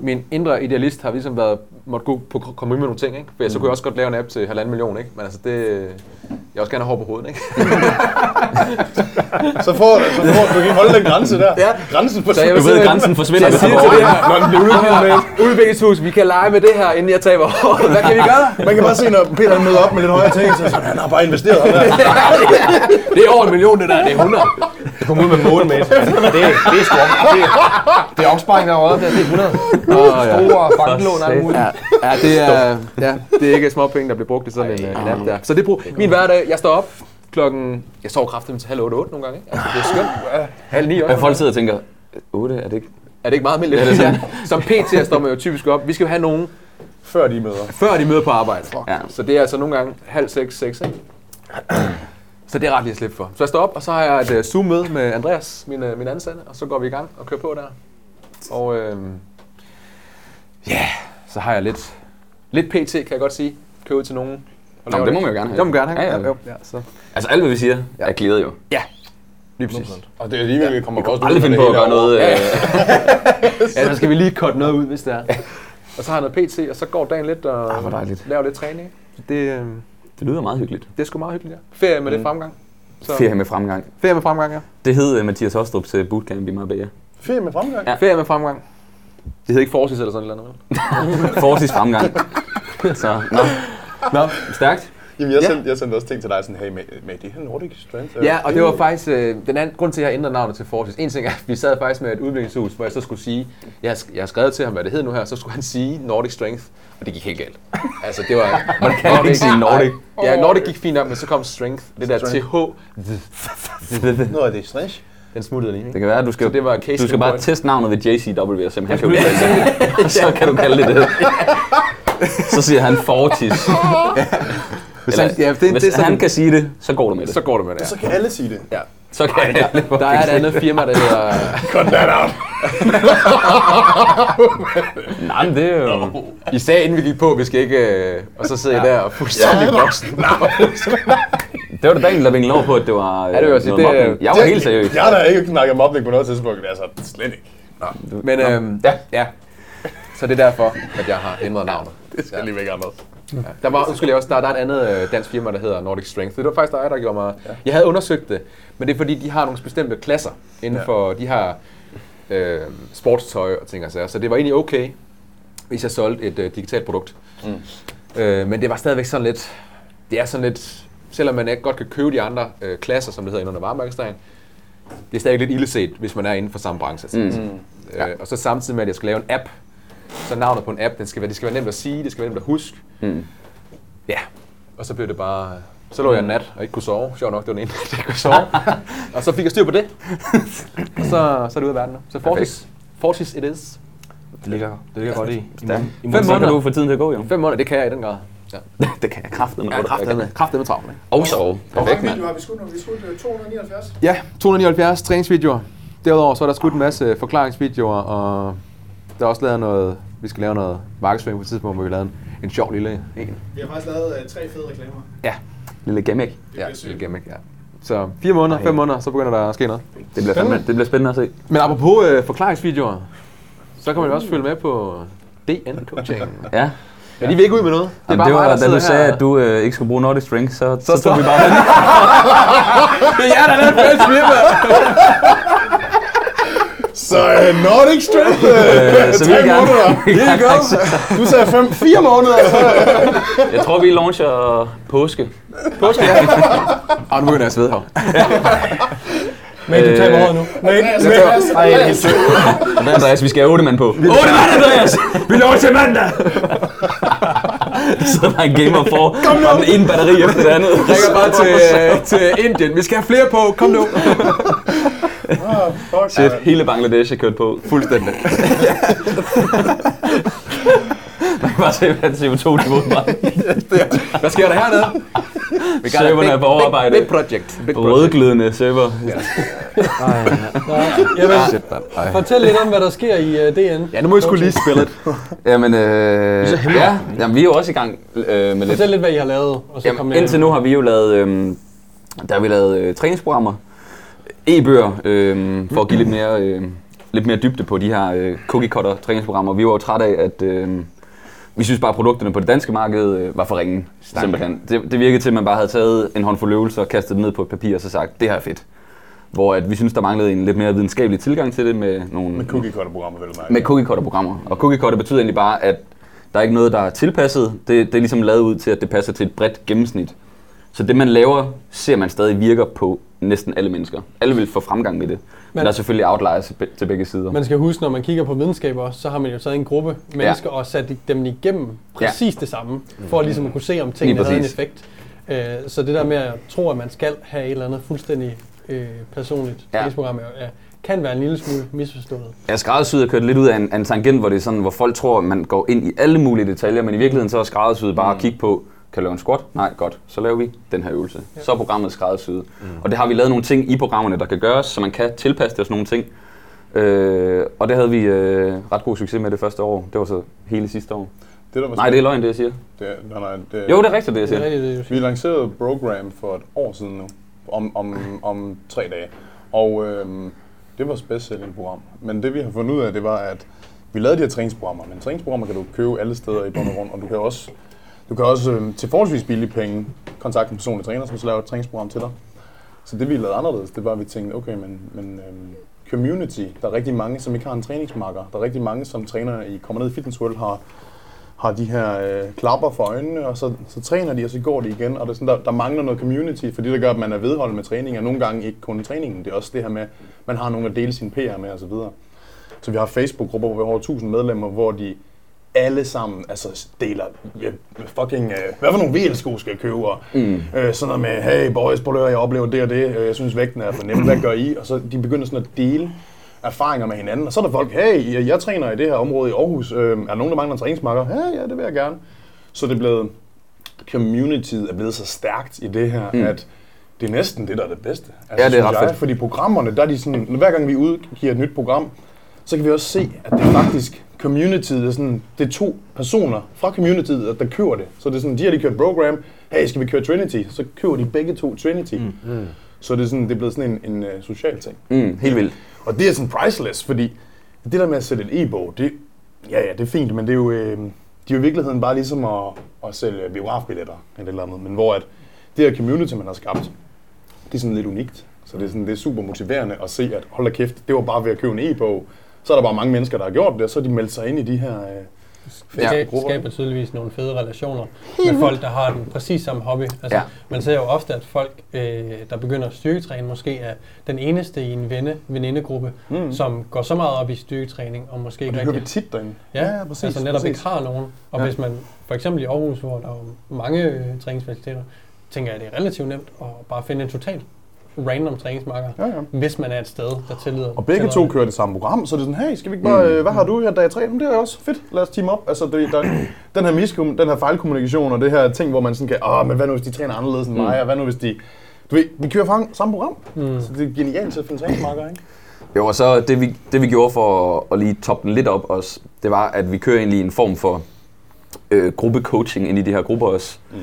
S4: Min indre idealist har ligesom været, måtte gå på komme ud med nogle ting, ikke? For mm. så kunne jeg også godt lave en app til halvanden million, ikke? Men altså, det... Jeg vil også gerne have hår på hovedet, ikke?
S2: Så får du, så får, du kan holde den grænse der. Ja. Grænsen på
S4: Så jeg
S3: Du
S4: vil
S3: ved,
S4: simpelthen-
S3: grænsen forsvinder.
S4: Jeg
S3: hvis han
S4: siger
S3: går
S4: til
S3: over.
S4: det her, når den bliver udvidet med et udviklingshus, vi kan lege med det her, inden jeg taber håret. Hvad kan vi gøre?
S2: Man kan bare se, når Peter han møder op med lidt højere ting, så er sådan, han har bare investeret ham der.
S4: Det er over en million, det der. Det er 100.
S5: Kom ud med mål, mate. Det, er- det er sgu om. Det, er- det er opsparing derovre, det er 100.
S4: Åh, ja.
S5: Store banklån og alt muligt.
S4: Ja, ja, det er, ja, det er ikke små penge, der bliver brugt i sådan en, øh, en app der. Så det bruger min hverdag. Jeg står op klokken... Jeg sover kraftigt til halv otte, otte nogle gange, ikke? Altså, det er skønt. Halv ni
S3: Ja,
S4: også.
S3: folk sidder og tænker, 8 er det ikke?
S4: Er det ikke meget almindeligt? Ja, det er Som PT står man jo typisk op. Vi skal jo have nogen,
S2: Før de møder.
S4: før de møder på arbejde.
S3: Ja.
S4: Så det er altså nogle gange halv seks, seks, ikke? Så det er ret lige at slippe for. Så jeg står op, og så har jeg et uh, Zoom-møde med Andreas, min, uh, min ansatte, og så går vi i gang og kører på der. Og øhm, ja, så har jeg lidt, lidt PT, kan jeg godt sige. Kører ud til nogen. Og
S3: Nå,
S4: laver
S3: men det må man jo gerne have.
S4: Det må man gerne have.
S3: Ja, ja.
S4: jo, ja, så.
S3: Altså alt, hvad vi siger, er glæde jo.
S4: Lige præcis.
S2: Og det er lige, vi kommer
S3: Jeg kunne aldrig finde på at gøre noget. øh,
S4: Ja, så skal vi lige korte noget ud, hvis det er. Og så har han noget PT, og så går dagen lidt og
S3: Ah, hvor dejligt.
S4: laver lidt træning. ikke? Så Det, øh,
S3: Det lyder meget hyggeligt.
S4: det er sgu meget hyggeligt, ja. Ferie med mm. lidt fremgang. Så,
S3: Ferie med fremgang.
S4: ferie med fremgang, ja.
S3: Det hed øh, Mathias Hostrup til bootcamp i Marbella.
S2: Fedt med fremgang.
S3: Ja.
S4: Ferie med fremgang. Det hedder ikke forsis eller sådan noget.
S3: Forsis fremgang. Så, nå.
S4: Nå.
S3: Stærkt.
S2: Jamen, jeg,
S4: Ja.
S2: sendte, jeg sendte også ting til dig, sådan, hey, med, med det her Nordic Strength. øh,
S4: Ja, og det var
S2: øh,
S4: faktisk øh, den anden grund til, at jeg ændrede navnet til Fortis. En ting er, at vi sad faktisk med et udviklingshus, hvor jeg så skulle sige, jeg har, sk- jeg har skrevet til ham, hvad det hed nu her, så skulle han sige Nordic Strength, og det gik helt galt. Altså, det var... Man
S3: kan ikke sige Nordic.
S4: Ja, Nordic gik fint nok, men så kom Strength, det der
S2: Strength.
S4: TH,
S2: Noget af det stress.
S4: den smuttede lige.
S3: Det
S4: ikke?
S3: kan være, at du skal,
S4: Så det var case
S3: du skal
S4: in
S3: bare
S4: point.
S3: teste navnet ved JCW og se, om han kan udtale det. Så kan du kalde det det. Så siger han Fortis.
S4: Hvis
S3: Eller,
S4: han, ja, det, det,
S3: hvis
S4: det, er sådan,
S3: han kan sige det, så går du med det.
S4: så går det med det.
S2: Så
S4: Ja.
S2: kan alle sige det.
S3: Så kan jeg
S4: Der er et andet firma, der hedder...
S2: Cut that out.
S3: Nej, men det er jo...
S4: I sagde, inden vi gik på, vi skal ikke... Øh, og så sidder ja. jeg der og fuldstændig voksen.
S3: Det var da Daniel, der vinklede over på, at det var ja,
S4: det vil jeg sige, det er-
S3: Jeg var helt seriøs.
S2: Jeg har da ikke snakket mobning på noget tidspunkt. Altså, slet ikke.
S4: Men øhm, ja. ja. Så det er derfor, at jeg har ændret navnet.
S2: Det skal lige væk andet.
S4: Der var, undskyld, jeg også, der, der er et andet øh, dansk firma, der hedder Nordic Strength. Det var faktisk dig, der gjorde mig... Jeg havde undersøgt det, men det er fordi, de har nogle bestemte klasser inden
S2: Ja.
S4: for de her øh, sportstøj og ting og sager. Så det var egentlig okay, hvis jeg solgte et øh, digitalt produkt. Mm. Øh, men det var stadigvæk sådan lidt... Det er sådan lidt... Selvom man ikke godt kan købe de andre øh, klasser, som det hedder inden under varemærkestegn, det er stadig lidt illeset, hvis man er inden for samme branche. Mm. Øh, og så samtidig med, at jeg skal lave en app, så navnet på en app, den skal være, det skal være nemt at sige, det skal være nemt at huske. Ja, og så blev det bare... Så lå jeg en nat og ikke kunne sove. Sjovt nok, det var den ene, nat, jeg ikke kunne sove. og så fik jeg styr på det. og så, så er det ude af verden nu. Så Fortis, Fortis it is.
S5: Det ligger, det ligger godt i. i morgen. I
S3: Fem
S5: morgen.
S3: måneder. kan du få tiden til at gå, jo.
S4: Fem måneder, det kan jeg i den grad. Ja,
S3: Det kan jeg kraftedeme.
S4: ja kraftedeme, kraftedeme travlt. ikke?
S3: Og sove.
S6: Hvor
S3: Perfekt,
S6: mange
S3: mand.
S6: videoer har vi skudt nu? Vi skudt øh, 279.
S4: Ja, 279 træningsvideoer. Derudover så er der skudt en masse forklaringsvideoer, og der er også lavet noget, vi skal lave noget markedsføring på et tidspunkt, hvor vi lavede en, en sjov lille en.
S6: Vi har faktisk lavet øh, tre fede reklamer.
S4: Ja,
S3: Lille gimmick.
S6: Det
S4: ja,
S6: bliver sygt.
S4: lille gimmick, ja. Så fire måneder, fem måneder, så begynder der at ske noget.
S3: Det bliver, fandme, det bliver spændende at se.
S4: Men apropos øh, forklaringsvideoer, så kan man jo også følge med på DN Coaching.
S3: Ja.
S4: Ja, de vil ikke ud med noget. Det,
S3: Jamen, det
S4: mig, der
S3: var, da du
S4: sidder
S3: sagde,
S4: her.
S3: at du øh, ikke skulle bruge Nordic Drink, så, så,
S4: Så
S3: så tog
S4: står-
S3: vi bare den.
S4: Det er jer, der lavede fælles firma.
S2: Så øh, Nordic Strength. Øh,
S3: så vi vil
S2: tre
S3: gerne-
S2: måneder.
S3: vi vil gerne
S2: Du sagde fem, fire måneder.
S3: Jeg tror, vi launcher påske.
S4: Påske, ja. Og nu begynder jeg at svede her.
S1: Men du
S3: Øh,
S1: taber håret nu. Men,
S6: Andreas, Andreas, Andreas.
S3: Andreas, vi skal have otte mand på. Otte mand, Andreas! Vi launcher mandag! Så der er en gamer for, og den ene batteri efter det andet.
S4: Ringer bare til, til Indien. Vi skal have flere på. Kom nu.
S3: Shit, hele Bangladesh er kørt på.
S4: Fuldstændig.
S3: Bare se, hvad CO2-niveauet var.
S4: Hvad sker der hernede? Vi gør
S3: Serverne
S4: det.
S3: er på overarbejde.
S4: Big, big project. Big project.
S3: Rødglødende server.
S1: jamen,
S4: Shit, mand. Ej.
S1: fortæl lidt om, hvad der sker i uh, DN.
S4: Ja, nu må jeg skulle lige spille det.
S3: Jamen, øh, ja, jamen, vi er jo også i gang øh, med lidt.
S1: Fortæl lidt, hvad I har lavet, og så kom
S3: Jamen,
S1: jeg
S3: indtil nu har vi jo lavet, øh, der har vi lavet øh, træningsprogrammer, e-bøger, øh, for at give lidt mere, øh, lidt mere dybde på de her øh, cookie cutter træningsprogrammer. Vi var jo trætte af, at øh, vi synes bare, at produkterne på det danske marked øh, var for ringe. Simpelthen. Det, det virkede til, at man bare havde taget en håndfuld øvelser og kastet dem ned på et papir og så sagt, det her er fedt. Hvor at vi synes, der manglede en lidt mere videnskabelig tilgang til det med nogle...
S2: Med cookie cutter programmer, vil du mærke.
S3: Med cookie cutter programmer. Og cookie cutter betyder egentlig bare, at der er ikke noget, der er tilpasset. Det, det er ligesom lavet ud til, at det passer til et bredt gennemsnit. Så det, man laver, ser man stadig virker på næsten alle mennesker. Alle vil få fremgang med det. Men der er selvfølgelig outliers til be- til begge sider.
S1: Man skal huske, når man kigger på videnskab også, så har man jo taget en gruppe mennesker og sat de- dem igennem præcis det samme, for ligesom at kunne se, om tingene
S3: Mm. Lige
S1: havde en
S3: præcis.
S1: effekt. Øh, Så det der med at tro, at man skal have et eller andet fuldstændig øh, personligt
S3: Ja.
S1: træningsprogram, er- er- kan være en lille smule misforstået.
S3: Jeg er skræddersyet og kørt lidt ud af en, af en tangent, hvor det er sådan, hvor folk tror, at man går ind i alle mulige detaljer, men i virkeligheden så er skræddersyet
S1: Mm.
S3: bare at kigge på, kan jeg lave en squat? Nej, godt. Så laver vi den her øvelse. Så er programmet skræddersyet. Mm. Og det har vi lavet nogle ting i programmerne, der kan gøres, så man kan tilpasse det og sådan nogle ting. Øh, og det havde vi øh, ret god succes med det første år. Det var så hele sidste år.
S2: Det, der var
S3: Nej, det er løgn, det jeg siger.
S2: Det, er- nej, nej, det,
S3: Jo, det er rigtigt, det jeg
S1: Det er
S3: siger.
S1: rigtigt, det, du siger.
S2: Vi lancerede program for et år siden nu, om, om, om tre dage. Og øhm, det var vores bedst sælgende program. Men det vi har fundet ud af, det var, at vi lavede de her træningsprogrammer, men træningsprogrammer kan du købe alle steder i bund og grund, og du kan også, du kan også øh, til forholdsvis billige penge kontakte en personlig træner, som så laver et træningsprogram til dig. Så det vi lavede anderledes, det var, at vi tænkte, okay, men, men øhm, community, der er rigtig mange, som ikke har en træningsmarker. Der er rigtig mange, som trænerne i kommer ned i Fitness World, har, har de her øh, klapper for øjnene, og så, så træner de, og så går de igen. Og det er sådan, der, der mangler noget community, fordi det gør, at man er vedholdende med træning, og nogle gange ikke kun træningen. Det er også det her med, at man har nogen at dele sin PR med osv. Så vi har Facebook-grupper, hvor vi har over 1000 medlemmer, hvor de alle sammen altså, deler ja, fucking, øh, hvad for nogle VL-sko skal jeg købe, og mm. øh, sådan noget med, hey boys, prøv at høre, jeg oplever det og det, øh, jeg synes vægten er for nem, hvad gør I? Og så de begynder sådan at dele erfaringer med hinanden, og så er der folk, hey, jeg, jeg træner i det her område i Aarhus, øh, er der nogen, der mangler en træningsmarker? Ja, ja, det vil jeg gerne. Så det er blevet, communityet er blevet så stærkt i det her, mm. at det er næsten det, der er det bedste. Altså,
S3: Hmm. Ja, det er
S2: synes
S3: ret
S2: jeg,
S3: fedt.
S2: Fordi programmerne, der er de sådan, hver gang vi udgiver et nyt program, så kan vi også se, at det er faktisk communityet, det er, sådan, det er to personer fra communityet, der- der køber det. Så det er sådan, de har lige kørt program, hey, skal vi køre Trinity? Så køber de begge to Trinity.
S3: Hmm.
S2: Mm. Så det er, sådan, det er blevet sådan en, en øh, social ting.
S3: Mm, helt vildt.
S2: Og det er sådan priceless, fordi det der med at sætte et e-bog, det, ja, ja, det er fint, men det er jo, øh, det er jo i virkeligheden bare ligesom at, at sælge biografbilletter eller et eller andet, men hvor at det her community, man har skabt, det er sådan lidt unikt. Så det er, sådan, det er super motiverende at se, at hold da kæft, det var bare ved at købe en e-bog. Så er der bare mange mennesker, der har gjort det, og så har de meldt sig ind i de her... Øh,
S1: Det
S2: Grupper.
S1: skaber tydeligvis nogle fede relationer med folk, der har den præcis samme hobby. Altså,
S3: Ja.
S1: ja. Man ser jo ofte, at folk, øh, der begynder at styrketræne, måske er den eneste i en venne, venindegruppe, mm. som går så meget op i styrketræning, og måske
S2: Hmm. og
S1: ikke
S2: det hører vi
S1: rigtig
S2: tit derinde.
S1: Ja, ja præcis, altså netop præcis. ikke har nogen. Og
S2: Ja.
S1: ja. hvis man for eksempel i Aarhus, hvor der er jo mange øh, træningsfaciliteter, tænker jeg, at det er relativt nemt at bare finde en total random træningsmarker,
S2: Ja, ja.
S1: hvis man er et sted, der tillader.
S2: Og begge
S1: tillader
S2: to
S1: det.
S2: kører det samme program, så det er sådan, hey, skal vi ikke
S5: Mm.
S2: bare, øh, hvad har du her dag 3? Jamen, det er også fedt, lad os team op. Altså, det, der, den her miskom, den her fejlkommunikation og det her ting, hvor man sådan kan, åh, men hvad nu hvis de træner anderledes
S5: Mm.
S2: end mig, og hvad nu hvis de... Du ved, vi kører fra samme program, så det er genialt til at finde træningsmarker, ikke?
S3: Jo, og så det vi, det vi gjorde for at lige toppe den lidt op også, det var, at vi kører egentlig en form for øh, gruppecoaching ind i de her grupper også. Mm.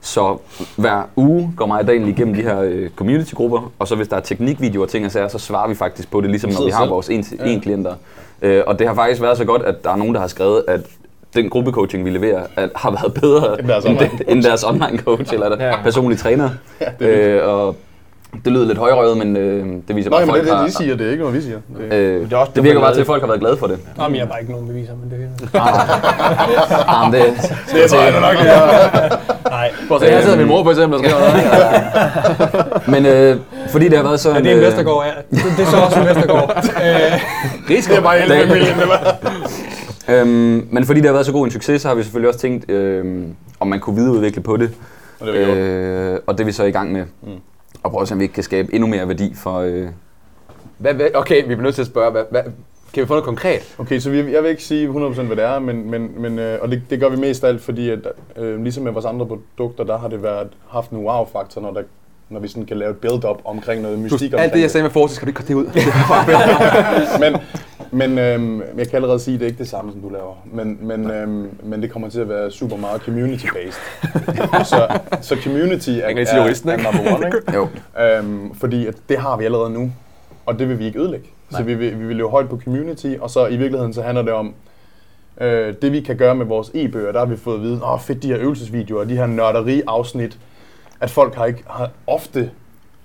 S3: Så hver uge går mig og Daniel igennem de her øh, community-grupper, og så hvis der er teknikvideoer og ting og sager, så svarer vi faktisk på det, ligesom når vi har
S2: selv.
S3: vores en, ja. en klienter. Øh, og det har faktisk været så godt, at der er nogen, der har skrevet, at den gruppecoaching, vi leverer, at, har været bedre
S2: End deres
S3: end,
S2: online
S3: det, end deres online coach eller ja. personlig træner. Ja, det, øh, og det lyder lidt højrøvet, men øh, det viser
S2: Nå,
S3: bare, at
S2: jamen,
S3: folk
S2: det er
S3: har,
S2: det, de siger, det er ikke noget, vi siger. Det,
S3: Øh, det,
S5: er også
S3: det
S5: det,
S3: virker bare
S5: man lavede.
S3: til, at folk har været glade for det.
S1: Nå, men jeg har bare ikke nogen beviser, men det
S3: Ja, Ah, men det,
S2: det er det nok, ja.
S1: Nej,
S4: Så her sidder min mor for eksempel og skriver noget. ikke?
S3: men øh, fordi det har været øh, sådan...
S1: ja, det er en Vestergaard, ja. Det, det er så også en Vestergaard. Øh,
S2: Det er bare hele
S3: Det-
S2: familien, det var.
S3: Øhm, men fordi det har været så god en succes, så har vi selvfølgelig også tænkt, øhm, om man kunne videreudvikle på det.
S2: Og det har vi gjort.
S3: øh, og det er vi så i gang med. Mm. Og prøve at se, om vi ikke kan skabe endnu mere værdi for... Øh,
S4: Hvad, hvad, okay, vi bliver nødt til at spørge, hvad, hvad, kan vi få noget konkret?
S2: Okay, så vi, jeg vil ikke sige 100% hvad det er, men, men, men, øh, og det, det gør vi mest af alt, fordi at, øh, ligesom med vores andre produkter, der har det været, haft en wow-faktor, når, der, når vi sådan kan lave et build-up omkring noget mystik omkring
S4: Alt det, jeg sagde med forskel, skal du ikke korte det ud.
S2: men men øhm, jeg kan allerede sige, at det er ikke det samme, som du laver. Men, men, øhm, men det kommer til at være super meget community-based. så, så community
S4: ikke
S2: er,
S4: rigtig sige juristen, ikke?
S2: er number one, ikke?
S3: jo.
S2: Øhm, fordi at det har vi allerede nu, og det vil vi ikke ødelægge. Så vi vil, vi vil løbe højt på community, og så i virkeligheden så handler det om, øh, det vi kan gøre med vores e-bøger, der har vi fået at vide, åh fedt, de her øvelsesvideoer, de her nørderi-afsnit, at folk har, ikke, har ofte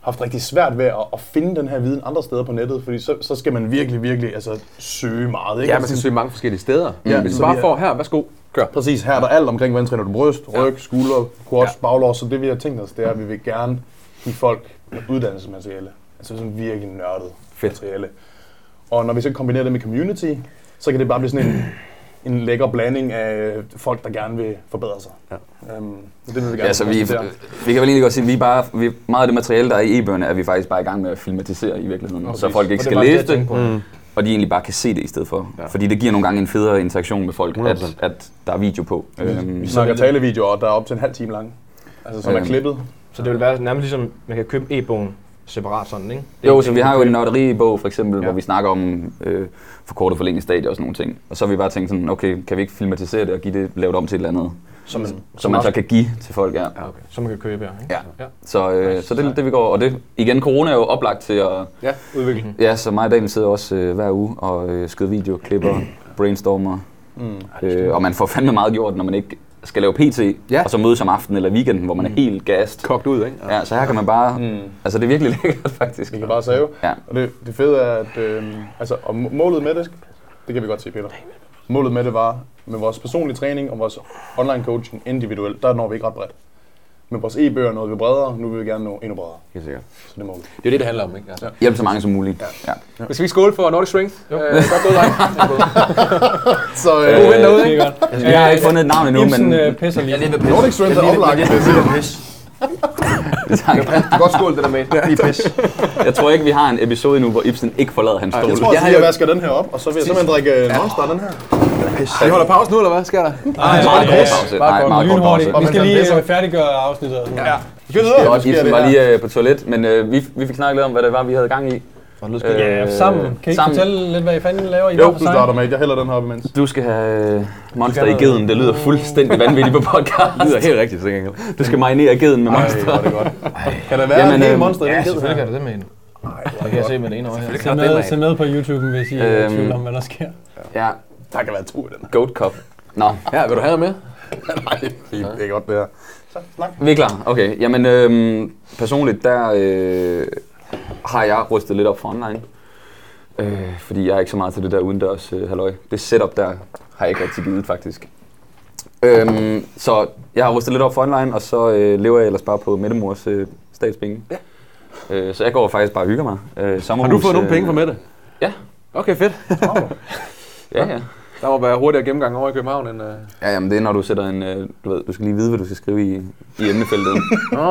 S2: haft rigtig svært ved at, at finde den her viden andre steder på nettet, fordi så, så skal man virkelig, virkelig altså, søge meget. Ikke?
S4: ja, man skal søge mange forskellige steder.
S2: Ja,
S4: Ja, Hvis du
S2: så vi
S4: bare
S2: er-
S4: får her, værsgo, kør.
S2: Præcis, her er der alt omkring, hvordan træner du bryst, ryg, skulder, quads, ja. baglår, så det vi har tænkt os, det er, at vi vil gerne give folk noget uddannelsesmateriale. Altså sådan virkelig nørdet Fedt. materiale. Og når vi så kombinerer det med community, så kan det bare blive sådan en, en lækker blanding af folk, der gerne vil forbedre sig. Ja. Øhm, det vil vi gerne
S3: Ja, så vi, vi kan
S2: præsentere.
S3: vel egentlig godt sige, at vi er bare, vi, meget af det materiale, der er i e-bøgerne, er vi faktisk bare i gang med at filmatisere i virkeligheden.
S2: Præcis.
S3: Så folk
S2: Og
S3: ikke skal
S2: var jeg
S3: læse det,
S2: tænkte på.
S3: og de egentlig bare kan se det i stedet for. Ja. Fordi det giver nogle gange en federe interaktion med folk, at,
S4: 100%.
S3: at der er video på. Øhm,
S2: Vi snakker talevideoer, der øh, er op til en halv time lang. Altså, som er
S3: Øhm.
S2: klippet.
S5: Så det vil være nærmest ligesom, man kan købe e-bogen separat sådan, ikke? Det er
S3: Jo,
S5: ikke
S3: så
S5: en
S3: vi har jo
S5: køb.
S3: en nørderi-bog, for eksempel, ja. hvor
S2: Ja.
S3: vi snakker om øh, forkortet forlænget stadie og sådan nogle ting. Og så har vi bare tænkt sådan, okay, kan vi ikke filmatisere det og give det, lave det om til et eller andet,
S5: Som, man-
S3: som man så kan give til folk, ja.
S4: Ja, okay.
S5: som man kan købe, ja. Ikke?
S3: ja. Så, øh, så det er lidt det, vi går. Og det, igen, corona er jo oplagt til at...
S4: Ja, udvikling.
S3: Ja, så mig og Daniel sidder også øh, hver uge og øh, skyder videoklipper brainstormer. Mm. Øh, og man får fandme meget gjort, når man ikke skal lave PT,
S4: Ja.
S3: og så mødes om aftenen eller weekenden, hvor man er helt gast.
S4: kogt ud, ikke?
S3: Ja, så her kan man bare... Mm. Altså, det er virkelig lækkert, faktisk.
S2: Vi kan bare save.
S3: Ja.
S2: Og det, det fede er, at øh, altså, og må- målet med det, det kan vi godt se, Peter. Målet med det var, med vores personlige træning og vores online coaching individuelt, der når vi ikke ret bredt. Med vores e-bøger nåede vi bredere, nu vil vi gerne nå endnu bredere.
S4: Helt sikkert.
S2: Så det er målet.
S4: Det er jo det, det handler om, ikke? Altså.
S3: Hjælp så mange som muligt. Ja.
S4: Ja. Skal vi ikke skåle for Nordic Strength? Jo. Øh, godt gået, drenge.
S2: Så øh,
S4: God vind derude,
S1: det
S4: ikke?
S1: er godt.
S3: Altså, jeg har ikke fundet et navn endnu,
S1: øh, Ibsen
S3: men...
S1: øh, pisser lige.
S3: ved
S2: Nordic Strength er oplagt, vil jeg sige.
S3: Godt skål, det der med. Lige pis. Jeg tror ikke, vi har en episode endnu, hvor Ibsen ikke forlader hans stol.
S2: Jeg tror, at jeg vasker den her op, og så vil jeg simpelthen drikke øh, Monster, den her.
S4: Vi holder pause nu, eller hvad? Sker der?
S1: Nej,
S3: meget
S1: nej,
S3: kort
S1: nej.
S3: pause. Nej, meget kort pause.
S1: Lynhurtigt. Vi skal
S2: Og man
S1: lige
S2: pisser.
S1: øh, færdiggøre afsnittet. og sådan noget.
S2: Vi skal videre.
S3: Og
S2: Nu sker
S3: Ibsen
S2: det
S3: var
S2: her.
S3: lige øh, på toilet, men øh, vi, vi fik snakket lidt om, hvad det var, vi havde gang i. Øh,
S1: Ja, sammen. Kan I ikke
S3: sammen.
S1: fortælle lidt, hvad I fanden laver i
S2: Jo,
S1: hver for
S2: du
S1: sig?
S2: starter med, jeg hælder den her op imens.
S3: Du skal have øh, monster i geden. Det lyder fuldstændig vanvittigt på podcast. Det lyder helt rigtigt, til gengæld. Du skal marinere geden med monster.
S2: Ej, hvor er det godt. Kan der være
S3: Jamen,
S2: en hel
S3: øh,
S2: monster i den
S5: Ja,
S2: ged
S5: selvfølgelig
S2: her?
S5: kan det det med en. Jeg kan se med det ene øje her.
S1: Se med, se med på YouTube, hvis I er
S3: Øhm.
S1: i tvivl om, hvad der sker.
S3: Ja,
S2: Der kan være to i den her.
S3: goat cup. Nå,
S4: Ja, vil du have med?
S2: Nej, det er fint. Det er godt, det her.
S3: Vi er klar. Okay. Jamen, øhm, personligt, der øh, har jeg rustet lidt op for online. Øh, fordi jeg er ikke så meget til det der udendørs øh, halløj. Det setup der har jeg ikke rigtig givet, faktisk. Øhm, så jeg har rustet lidt op for online, og så øh, lever jeg ellers bare på Mettemors øh, statspenge. Ja. Øh, så jeg går faktisk bare og hygger mig. Øh,
S4: Har
S3: sommerhus,
S4: du fået nogle penge fra Mette?
S3: Ja.
S4: Okay, fedt.
S3: Ja, ja.
S4: Der må være hurtigere gennemgang over i København end... Øh...
S3: Ja, jamen det er, når du sætter en... Øh, du, ved, du skal lige vide, hvad du skal skrive i, i emnefeltet. Nå.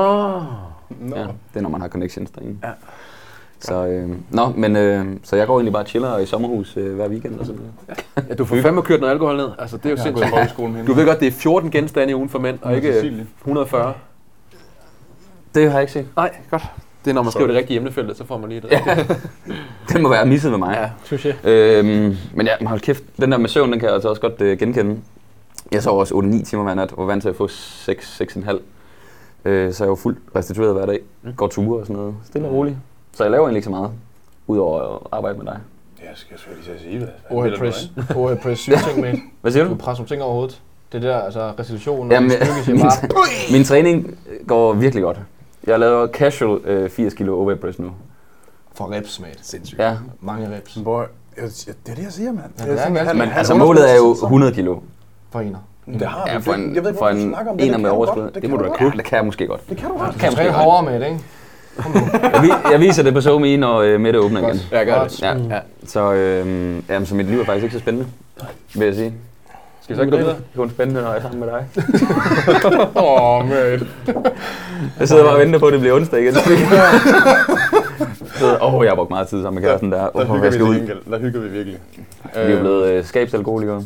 S3: Ja, det er, når man har connections derinde. Ja. Så, øh, nå, men, øh, så jeg går egentlig bare og chiller i sommerhus øh, hver weekend og sådan noget.
S4: Ja, du får fandme kørt noget alkohol ned. Altså, det er jo
S2: Gået i
S4: sindssygt.
S2: folkeskolen hende.
S4: Du ved godt, det er 14 genstande i ugen for mænd, og ikke øh, 140.
S3: Det har jeg ikke set.
S4: Nej, godt. Det er, når man skriver det rigtige emnefelt, så får man lige det. Ja.
S3: Den må være misset med mig.
S4: Ja.
S1: Touché.
S3: Øhm, men ja, men hold kæft, den der med søvn, den kan jeg altså også godt øh, genkende. Jeg sov også 8-9 timer hver nat, og var vant til at få 6-6,5. Øh, så jeg var fuldt restitueret hver dag. Går ture og sådan noget. Stille og roligt. Så jeg laver egentlig ikke så meget, udover at arbejde med dig.
S2: Jeg skal selvfølgelig til at sige, hvad
S5: Overhead press. Overhead press. Syge ting med.
S3: Hvad siger
S5: Du
S3: du?
S5: presser nogle ting over hovedet. Det der, altså restitution og
S3: Jamen,
S5: styrke, siger
S3: min,
S5: bare.
S3: min træning øh, går virkelig godt. Jeg laver casual øh, 80 kilo overhead press nu.
S5: For reps, mate. Sindssygt.
S3: Ja,
S5: Mange reps.
S2: Boy, jeg, jeg, det er det, jeg siger, mand.
S5: det er
S2: sådan,
S5: ganske-
S3: men altså målet er jo 100 kilo.
S5: For ener.
S2: Det har
S3: Ja,
S2: vi.
S3: for
S2: Det-
S3: en,
S2: jeg ved ikke,
S3: for
S2: hvorfor du
S3: en
S2: snakker om
S3: ener
S2: kan
S3: med
S2: du godt.
S3: overskud. Det,
S2: Det,
S3: må
S2: kan
S3: du da kunne. Det kan jeg måske godt.
S2: Det kan du godt.
S3: Kan jeg
S5: Tre
S3: måske
S5: hårdere med det, ikke?
S3: godt. Jeg, vi- jeg viser det på SoMe, når øh, Mette åbner igen.
S4: Ja, gør det.
S3: Ja, ja. Så, øh, jamen, så mit liv er faktisk ikke så spændende, vil jeg sige.
S4: Skal vi så ikke gå videre?
S3: Det er kun spændende, når jeg er sammen med dig.
S2: Åh, oh, mate.
S3: Jeg sidder bare og venter på, at det bliver onsdag igen. Så, Åh, oh, jeg har brugt meget tid sammen med kæresten der.
S2: Der
S3: Åh,
S2: hygger
S3: jeg
S2: vi
S3: skal
S2: til
S3: ud.
S2: gengæld. Der hygger vi virkelig.
S3: Vi er blevet øh, skabsalkoholikere.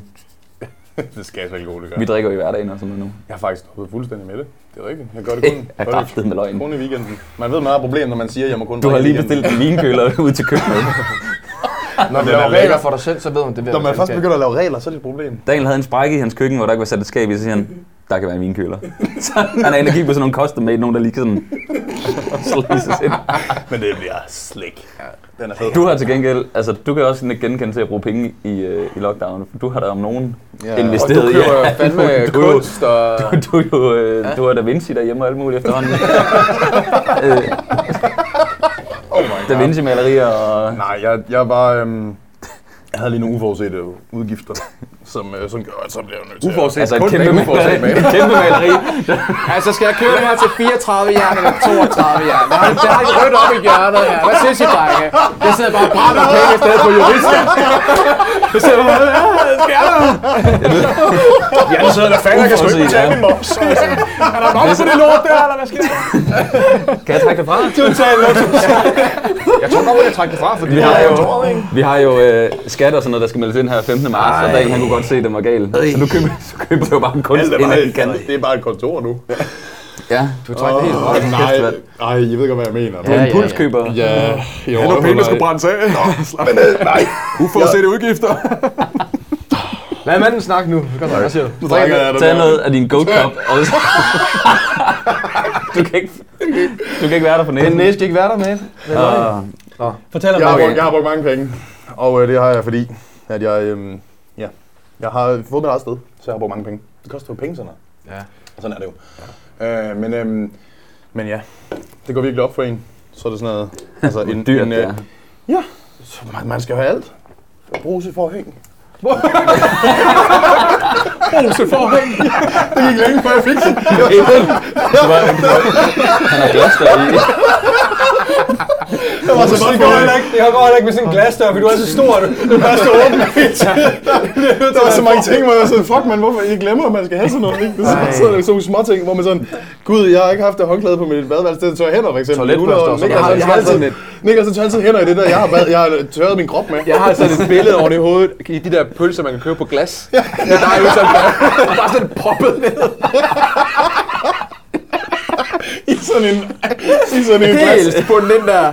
S2: Øh, Det skal jeg så ikke roligt gøre.
S3: Vi drikker jo i hverdagen og sådan noget nu.
S2: Jeg har faktisk hoppet fuldstændig med det. Det er rigtigt. Jeg gør det kun.
S3: Jeg er
S2: gør det
S3: kraftet med løgn.
S2: Kun i weekenden. Man ved, man har et problem, når man siger, at jeg må kun
S3: Du har
S2: drikke i
S3: lige
S2: weekenden.
S3: bestilt en vinkøler ud til køkkenet.
S2: Når
S5: Når
S2: man, laver
S5: du regler
S2: regler,
S5: for dig selv, så ved man, det bliver
S2: når man først begynder at lave regler, så er det et problem.
S3: Daniel havde en sprække i hans køkken, hvor der ikke var sat et skab i, så siger han, der kan være en vinkøler. Så han er inde og kigge på sådan nogle custom made, nogen der lige kan sådan slices ind.
S2: Men det bliver slik. Den er fed.
S3: Du har til gengæld, altså du kan også genkende til at bruge penge i, øh, i lockdown, for du har der om nogen
S2: Ja.
S4: Og du
S3: investeret i.
S4: køber jo fandme
S3: du, du,
S4: kunst og...
S3: du, er jo, øh, du har Da Vinci derhjemme og alt muligt efterhånden. øh,
S2: Oh my
S3: da Vinci malerier og...
S2: Nej, jeg, jeg var... Øhm, jeg havde lige nogle uforudsete udgifter, som, øh, som gør, at så bliver jeg nødt til at...
S4: Uforudset.
S3: Altså et
S4: Kun
S3: kæmpe,
S4: ikke uforudset,
S3: maleri, et kæmpe maleri.
S4: Altså, skal jeg købe det her til 34 jern eller 32 jern? Der er, der er et rødt op i hjørnet her. Hvad synes I, drenge? Jeg sidder bare og brænder penge i stedet for jurister. Jeg sidder bare, "Ah, skal jeg da?"
S2: Jeg sidder der fanden, jeg kan sgu
S3: Uforudset,
S2: ikke betale
S3: ja.
S2: min moms.
S4: Er der nok for det lort der, eller hvad sker der?
S3: Kan jeg trække det fra?
S5: Jeg tror godt, at jeg trækker det fra, fordi
S3: Vi har jo, vi har jo øh, skat og sådan noget, der skal meldes ind her 15. marts, og Daniel han kunne godt se, at den var gal. Så nu køber, så køber du jo bare en kunst
S2: Alt er
S3: ind
S2: bare,
S3: i kan.
S2: det er bare et kontor nu.
S3: Ja,
S5: du trækker det helt fra.
S2: Åh, nej, nej, jeg ved godt, hvad jeg mener.
S3: du er en pulskøber.
S2: Ja, jo,
S4: Er der penge, der skulle brændes af?
S2: Men øh, nej,
S4: Uforudsete udgifter.
S5: Lad manden snakke nu. Godt, hvad siger du?
S2: nu drikker jeg den
S3: Tag
S2: her.
S3: noget af din goat cup. Og så... du, kan ikke, du kan ikke være der for næsen.
S5: næste ikke være der, mate.
S3: Og,
S1: Fortæl om
S2: Jeg har,
S1: det.
S2: brugt, jeg har brugt mange penge, og øh, det har jeg fordi, at jeg, øhm, ja, Jeg har fået mit eget sted, så jeg har brugt mange penge. Det koster jo penge, sådan noget.
S5: Ja.
S2: Og sådan er det jo. Ja. Øh, men, øhm, men ja, det går virkelig op for en. Så er det sådan noget... Altså, en,
S3: Dyrt,
S2: en,
S3: det er.
S2: øh, ja, så man, man skal jo have alt. Bruse for hæng. Bruse for hæng. det gik længe, før jeg fik det.
S3: Han har glasdør i.
S2: Det var så
S1: Så
S2: godt
S1: det
S2: for
S1: går
S2: en.
S1: heller ikke, det går heller ikke med sådan en glasdør, for du er så stor, du den første åbne.
S2: Der var så mange ting, hvor jeg var sådan, fuck man, hvorfor I glemmer, at man skal have sådan noget, ikke? Så så er der sådan nogle små ting, hvor man sådan, gud, jeg har ikke haft det håndklæde på mit badeværelse, det tørrer hænder, for eksempel.
S5: Toiletbørster
S2: Udover
S5: og sådan
S2: Niklas,
S4: noget.
S2: han
S4: Jeg har- jeg har
S2: tørrer
S4: sådan
S2: altid- Niklas, han tør altid hænder i det der, jeg har, bad, jeg har tørret min krop med.
S4: Jeg har sådan et billede over det i hovedet, i de der pølser, man kan købe på glas. Ja. Det er jo sådan, bare, bare sådan poppet ned.
S2: I sådan en, i sådan en glas,
S4: Helt på den der.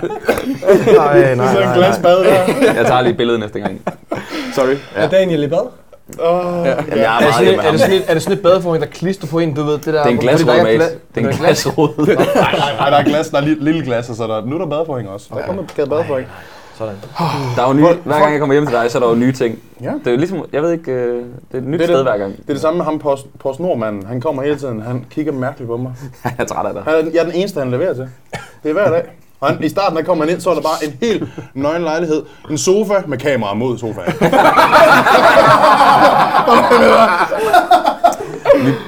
S5: Nej, nej,
S2: i sådan en
S5: nej, nej.
S2: glasbad der.
S3: Jeg tager lige et billede næste gang.
S4: Sorry.
S1: Er Daniel i bad?
S2: Åh,
S3: Jamen, jeg er
S5: Er det,
S3: meget
S5: sådan
S3: hjemme med
S5: et, er,
S3: ham.
S5: det sådan et, er det sådan et badeforhæng, der klister på en, du ved, det der...
S3: Det er en glasrude, mate. Det er en glasrude.
S2: Nej, der er glas, der er li- lille glas, og så er der, nu er der badeforhæng også. Der kommer gavet badeforhæng.
S5: Sådan.
S3: Der er jo nye, hver gang jeg kommer hjem til dig, så er der jo nye ting.
S2: Ja.
S3: Det er jo ligesom, jeg ved ikke, øh, det er et nyt
S2: Det er
S3: sted
S2: det.
S3: hver gang.
S2: Det er det samme med ham, Post, Post Nordmanden. Han kommer hele tiden, han kigger mærkeligt på mig.
S3: Jeg er træt af dig.
S2: Han er, den- jeg er den eneste, han leverer til. Det er hver dag. Og han, i starten, der kom han ind, så var der bare en helt nøgen lejlighed. En sofa med kamera mod sofaen.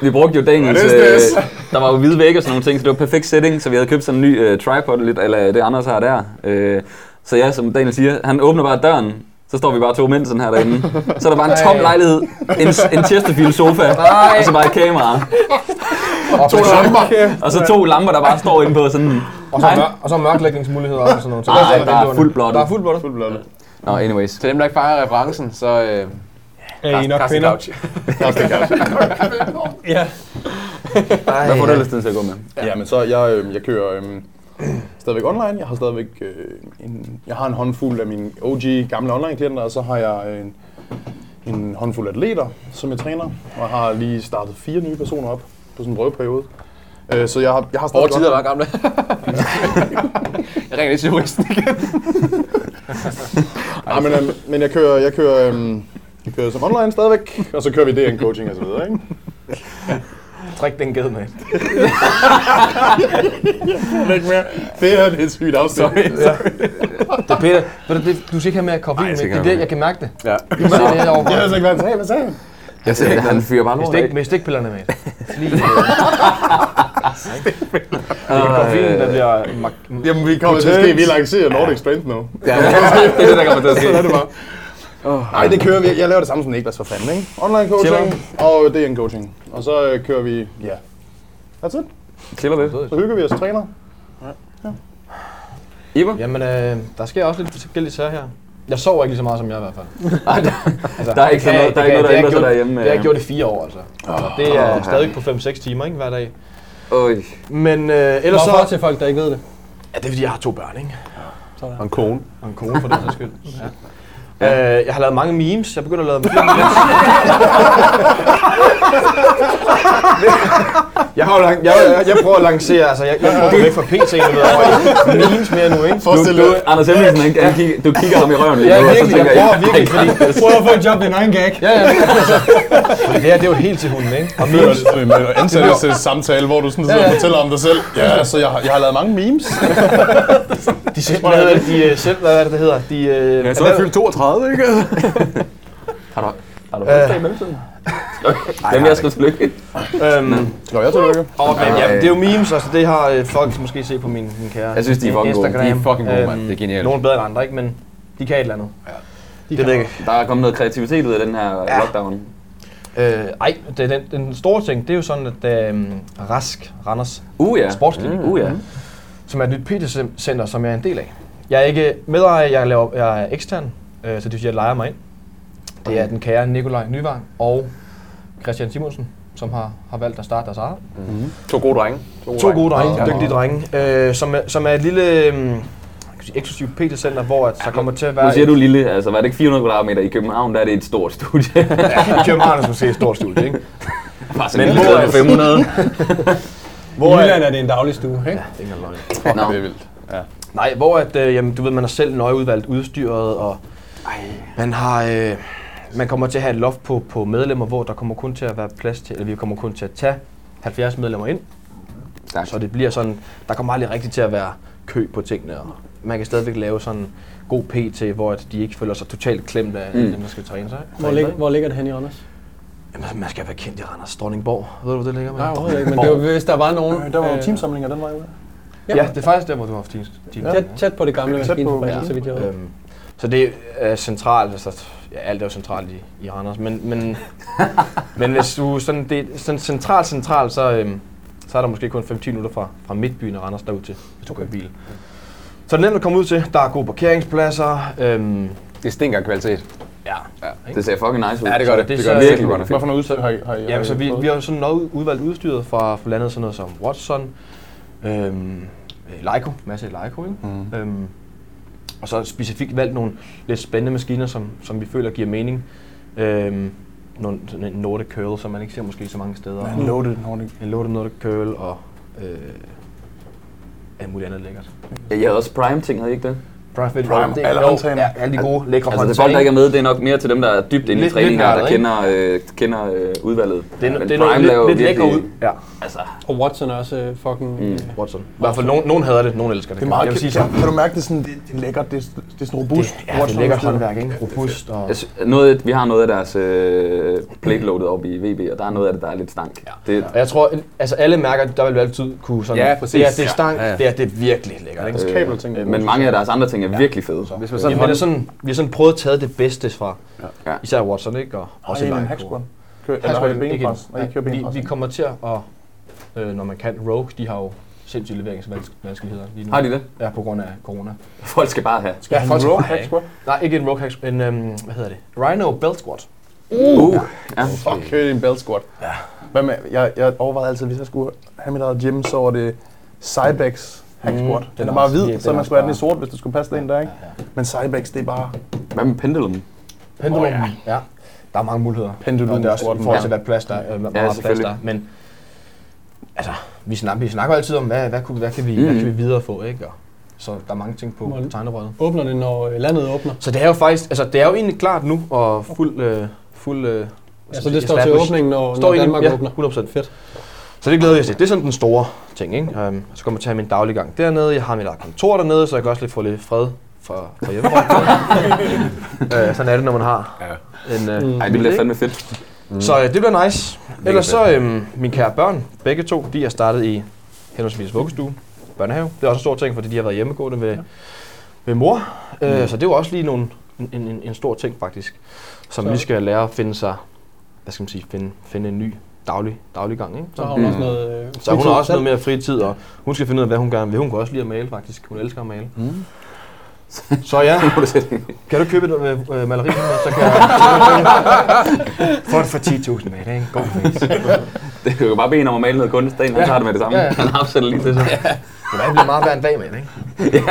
S3: Vi brugte jo dagens...
S2: Ja, det er stress.
S3: der var jo hvide vægge og sådan nogle ting, så det var perfekt setting, så vi havde købt sådan en ny øh, tripod lidt, eller det Anders har der. Øh, så ja, som Daniel siger, han åbner bare døren, så står vi bare to mænd sådan her derinde. Så er der bare en tom
S5: Ej.
S3: lejlighed, en, en Chesterfield sofa, og så bare et kamera.
S2: To lamper.
S3: Og så to lamper, der bare står inde på sådan...
S5: Og så, mør- og så mørklægningsmuligheder og sådan noget. Så
S3: Nej,
S5: sådan
S3: der er
S5: vinduerne.
S3: fuld blot.
S5: Der er fuld blotte.
S2: Fuld blotte.
S3: Nå, anyways.
S4: Til dem, der ikke fanger referencen, så... Øh,
S1: Er I nok
S4: Carsten
S1: kvinder?
S4: Couch.
S2: Carsten Couch.
S1: Ja.
S3: Hvad får du ellers tid til at gå med?
S2: Ja, men så jeg, øh, jeg kører øh, stadigvæk online. Jeg har stadigvæk øh, en, jeg har en håndfuld af mine OG gamle online klienter, og så har jeg øh, en, en håndfuld atleter, som jeg træner, og jeg har lige startet fire nye personer op på sådan en prøveperiode. Øh, så jeg har, jeg har stadig
S4: Hårde tider, der er gamle. jeg ringer lige til juristen igen.
S2: Nej, men, øhm, men jeg kører, jeg kører, øhm, jeg kører som online stadigvæk, og så kører vi DN coaching og så videre, ikke?
S5: Træk den gade med.
S2: Ikke mere. Det her det er et sygt afsnit.
S5: Det er Peter. Ved du, det, du skal ikke have mere koffein med. Det er
S4: tænker
S5: det,
S4: jeg.
S5: jeg kan mærke det.
S4: Ja.
S5: Du kan se det her
S2: Jeg
S5: overfor.
S2: ved ikke, hvad han sagde. Hvad sagde han?
S3: Jeg ser ikke, han fyrer bare
S5: Med,
S3: lort
S5: stik,
S3: af.
S5: med stikpillerne med. Lige, øh, koffeinen, der bliver... mag-
S2: Jamen, vi kommer til at ske, vi lancerer Nordic Strength nu.
S3: Det er det, der kommer til at ske.
S2: Sådan er det bare. Nej, det kører vi. Jeg laver det samme som Niklas for fanden, ikke? Online coaching og DN coaching. Og så øh, kører vi, ja. That's it.
S3: Chiller lidt.
S2: Så hygger vi os og træner.
S3: Iber?
S5: Jamen, øh, der sker også lidt forskellige sager her. Jeg sover ikke lige så meget som jeg i hvert fald. altså,
S3: Der er ikke
S5: det
S3: sådan noget- der er ikke noget, der
S5: det
S3: ændrer sig
S5: har jeg gjort-
S3: derhjemme,
S5: Det har
S3: øh.
S5: jeg gjort i fire år, altså. Og det er stadig på 5-6 timer, ikke? Hver dag.
S3: Øj.
S5: Men øh, ellers
S1: Hvorfor
S5: så...
S1: til folk, der ikke ved det?
S5: Ja, det er fordi, jeg har to børn, ikke?
S4: Og en kone.
S5: Og en kone for den sags skyld. Ja. Øh, jeg har lavet mange memes. Jeg begynder at lave flere memes. jeg, har jo lang, jeg, jeg, jeg, prøver at lancere, altså jeg, jeg prøver væk fra PT, nu ved jeg, og memes mere nu, ikke?
S2: Forestil
S3: Du,
S2: dig.
S3: Anders Hemmingsen, han, han kigger, du kigger ham i røven lige
S5: Ja,
S3: nu, og så
S5: virkelig, jeg
S3: tænker
S5: prøver virkelig, fordi,
S1: Prøv at få et job, det er en egen gag.
S5: ja, ja, altså, fordi det her, det er jo helt til hunden, ikke? Og memes,
S2: ansættelsessamtale, hvor du sådan sidder og fortæller om dig selv. Ja, så jeg har, jeg har lavet mange memes.
S5: de selv, hvad hedder det, de øh, selv, hvad er det, det hedder? De, øh,
S4: Ja, så er jeg fyldt 32, ikke?
S3: Har du, har du
S5: Øh.
S3: fødselsdag i mellemtiden? Hvem er jeg skal tillykke?
S5: øhm,
S2: Nå, jeg tillykke.
S5: og, men, ja, det er jo memes, altså det har øh, folk måske set på min, min kære
S3: Jeg synes, de er fucking gode.
S5: Instagram. Øh, Øhm,
S3: De er
S5: fucking
S4: gode, mand. Det er genialt.
S5: Nogle bedre end andre, ikke? Men de kan et eller andet. Ja. De det ved jeg ikke.
S3: Der er kommet noget kreativitet ud af den her ja. lockdown.
S5: Øh, ej, det er den, den store ting, det er jo sådan, at øhm, Rask Randers,
S3: Uh ja.
S5: Sportsklinik.
S3: Uh ja.
S5: som er et nyt PT-center, som jeg er en del af. Jeg er ikke medejer, jeg, laver, jeg er ekstern, øh, så det vil sige, at jeg leger mig ind. Det er den kære Nikolaj Nyvang og Christian Simonsen, som har, har valgt at starte deres eget.
S4: To gode drenge.
S5: To gode drenge, dygtige drenge, øh, som, er- som er et lille øh, kan man sige, eksklusivt PT-center, hvor at der kommer til at være...
S3: Nu siger du lille, altså var det ikke 400 kvadratmeter i København, der er det et stort studie.
S5: Ja, København er måske et stort studie, ikke?
S4: Altså,
S3: Bare sådan en lille sted på 500.
S1: Hvor I Jylland er det en daglig stue, ikke?
S3: Nå,
S2: Det er vildt.
S5: Nej, hvor at, øh, jamen, du ved, man har selv nøje udvalgt udstyret, og man har øh, Man kommer til at have et loft på, på medlemmer, hvor der kommer kun til at være plads til, eller vi kommer kun til at tage 70 medlemmer ind.
S3: Stærkt.
S5: Så det bliver sådan, der kommer aldrig rigtig til at være kø på tingene, og man kan stadigvæk lave sådan god PT, hvor at de ikke føler sig totalt klemt af mm. dem, der skal træne sig.
S1: Hvor, lig, hvor ligger det hen i Anders?
S5: Jamen, man skal være kendt i Randers Dronningborg. Ved du, hvor det ligger?
S1: Nej,
S5: Man?
S1: overhovedet ikke, men det var, hvis der var nogen...
S2: Der var jo
S1: øh,
S2: teamsamlinger den vej ude.
S5: Ja, det er faktisk der, hvor du har haft din, din
S1: Tæt, tæt på det gamle
S2: Tæt på,
S1: maskinfabrik,
S5: ja.
S1: så vidt jeg ved.
S5: Øhm, så det er centralt, altså, ja, alt er jo centralt i, i Randers, men, men, men hvis du sådan, det, er sådan centralt, centralt, så, øhm, så er der måske kun 5-10 minutter fra, fra midtbyen af Randers derud til, hvis du kører i bil. Så det er nemt at komme ud til, der er gode parkeringspladser, øhm,
S4: Det stinker af kvalitet.
S5: ja.
S3: Det ser fucking nice ud.
S4: Ja, det gør det.
S5: Det
S4: Det
S5: så-
S4: gør det virkelig godt.
S2: Hvad for noget udsæt har I, har I
S5: ja
S2: har I
S5: så vi,
S2: fået?
S5: vi har jo sådan noget udvalgt udstyret fra, fra landet, sådan noget som Watson, øhm, øh, Leico, masse Leico, ikke? Mm. Øhm, og så specifikt valgt nogle lidt spændende maskiner, som, som vi føler giver mening. Øhm, nogle, sådan en Nordic Curl, som man ikke ser måske så mange steder.
S2: Ja, Loaded Nordic.
S5: En Nordic, Nordic Curl og øh, alt muligt andet lækkert.
S3: Jeg havde også Prime-ting, havde I ikke det?
S5: Prime,
S2: Prime,
S5: det,
S2: alle
S5: jo,
S2: håndtagene.
S5: ja, alle de gode, lækre
S3: Altså, det er
S5: håndtag,
S3: folk, der ikke er med, det er nok mere til dem, der er dybt inde i
S5: Lidt-
S3: træningen,
S5: lidt
S3: der
S5: nørdet,
S3: kender, øh, kender øh, udvalget.
S5: det er,
S3: Men
S5: det er
S3: Prime
S5: noget
S3: laver jo
S5: lidt, lidt lækker
S3: virkelig-
S5: ud. Ja,
S3: Altså,
S1: Og Watson er også øh, fucking... Mm.
S5: Watson. I hvert fald, nogen, nogen hader det, nogen elsker det.
S2: Det er meget,
S5: jeg vil sige,
S2: kan, kan, kan, du mærke, det er sådan, det, det er lækkert, det, er- det er sådan robust.
S5: Ja, det er lækkert håndværk, ikke? Robust og...
S3: jeg sy- noget, vi har noget af deres øh, plate loaded op i VB, og der er noget af det, der er lidt stank. Det,
S5: Og jeg tror, altså alle mærker, der vil vi altid kunne sådan...
S4: Ja, præcis.
S5: Det er, det er
S4: Ja.
S5: stank,
S4: Ja,
S5: ja,
S4: ja.
S5: ja. det er, det er virkelig lækkert, ikke?
S2: Øh, kabelting.
S3: øh, men mange af deres andre ting er virkelig fede.
S4: Hvis man
S5: Jamen,
S4: sådan
S5: det er sådan, vi har sådan prøvet at tage det bedste fra,
S3: Ja.
S5: ja. især Watson, ikke? Og
S2: også
S5: også
S2: en
S5: Leico.
S2: hack squat. Kører, eller har I
S5: Hasbro, ikke en-
S2: benpres? Nej, I kører
S5: vi,
S2: benpres.
S5: vi kommer til at, øh, når man kan, Rogue, de har jo sindssyge leveringsvanskeligheder lige nu.
S3: Har de det?
S5: Ja, på grund af corona.
S3: Folk skal bare have.
S5: Ja,
S2: Row hack squat?
S5: Nej, ikke en Rogue Hack, en, øhm, hvad hedder det? Rhino Belt Squat.
S3: Uh, ja.
S2: Fuck, kører det en belt squat. Ja. Hvad med, jeg, jeg overvejede altid, hvis jeg skulle have mit eget gym, så var det Cybex hack squat. Mm, den er bare
S5: også-
S2: hvid,
S5: ja,
S2: så
S5: den er
S2: man skulle have den i
S5: også
S2: sort, hvis du skulle passe den der, ikke? Men Cybex, det er bare...
S3: Hvad med pendulum?
S5: Pendulum. Oh, ja. ja. Der er mange muligheder.
S2: Pendulum
S5: Og det er også
S2: squat,
S5: i forhold til,
S3: ja.
S5: hvad plads der er. Øh, hvor
S3: Ja,
S5: meget plads der er.
S3: selvfølgelig.
S5: Men altså, vi snakker, vi snakker altid om, hvad, hvad, kunne, hvad, kan vi, mm. hvad
S3: Mhm.
S5: kan vi videre få, ikke? Og, så der er mange ting på
S1: Mål.
S5: tegnerøjet.
S1: Åbner det, når øh, landet åbner.
S5: Så det er jo faktisk, altså det er jo egentlig klart nu, og fuld, øh, fuld øh,
S1: Ja, så Altså, det står til åbningen, når,
S5: Står
S1: når
S5: egentlig-
S1: Danmark
S5: ja,
S1: åbner.
S5: 100%.
S1: Fedt.
S5: Så det glæder jeg mig til. Det er sådan den store ting, ikke? Um, så kommer jeg til at have min dagliggang dernede. Jeg har mit eget kontor dernede, så jeg kan også lige få lidt fred fra, fra hjemmefra. øh, sådan er det, når man har en, øh,
S3: Ej, det bliver fandme fedt.
S1: Mm.
S5: så øh, det bliver nice. Ellers så, øh, mine kære børn, begge to, de er startet i henholdsvis vuggestue, børnehave. Det er også en stor ting, fordi de har været hjemmegående ved, ja. ved mor. Øh,
S1: Mm.
S5: Så det var også lige nogle, en, en, en- en stor ting faktisk, som
S1: Så-
S5: så. lige skal lære at finde sig, hvad skal man sige, finde, finde en ny daglig, dagliggang. Ikke?
S1: Så
S5: Så,
S1: har hun også noget... Øh,
S5: Mm. så hun har
S1: fritid
S5: også noget
S1: selv.
S5: mere fritid, og hun skal finde ud af, hvad hun gerne vil. Hun kan også lide at male faktisk. Hun elsker at male. Mm. Så ja,
S3: Må du sætte-
S5: kan du købe et øh, øh, maleri, her, så kan jeg... Få det for 10.000 med, det er en god pris.
S3: det kan jo bare bede en om at male noget kunst. Dagen, han tager det med det samme.
S5: Ja, ja.
S3: Han afsætter lige til sig.
S5: Det bliver meget værd en dag med, ikke?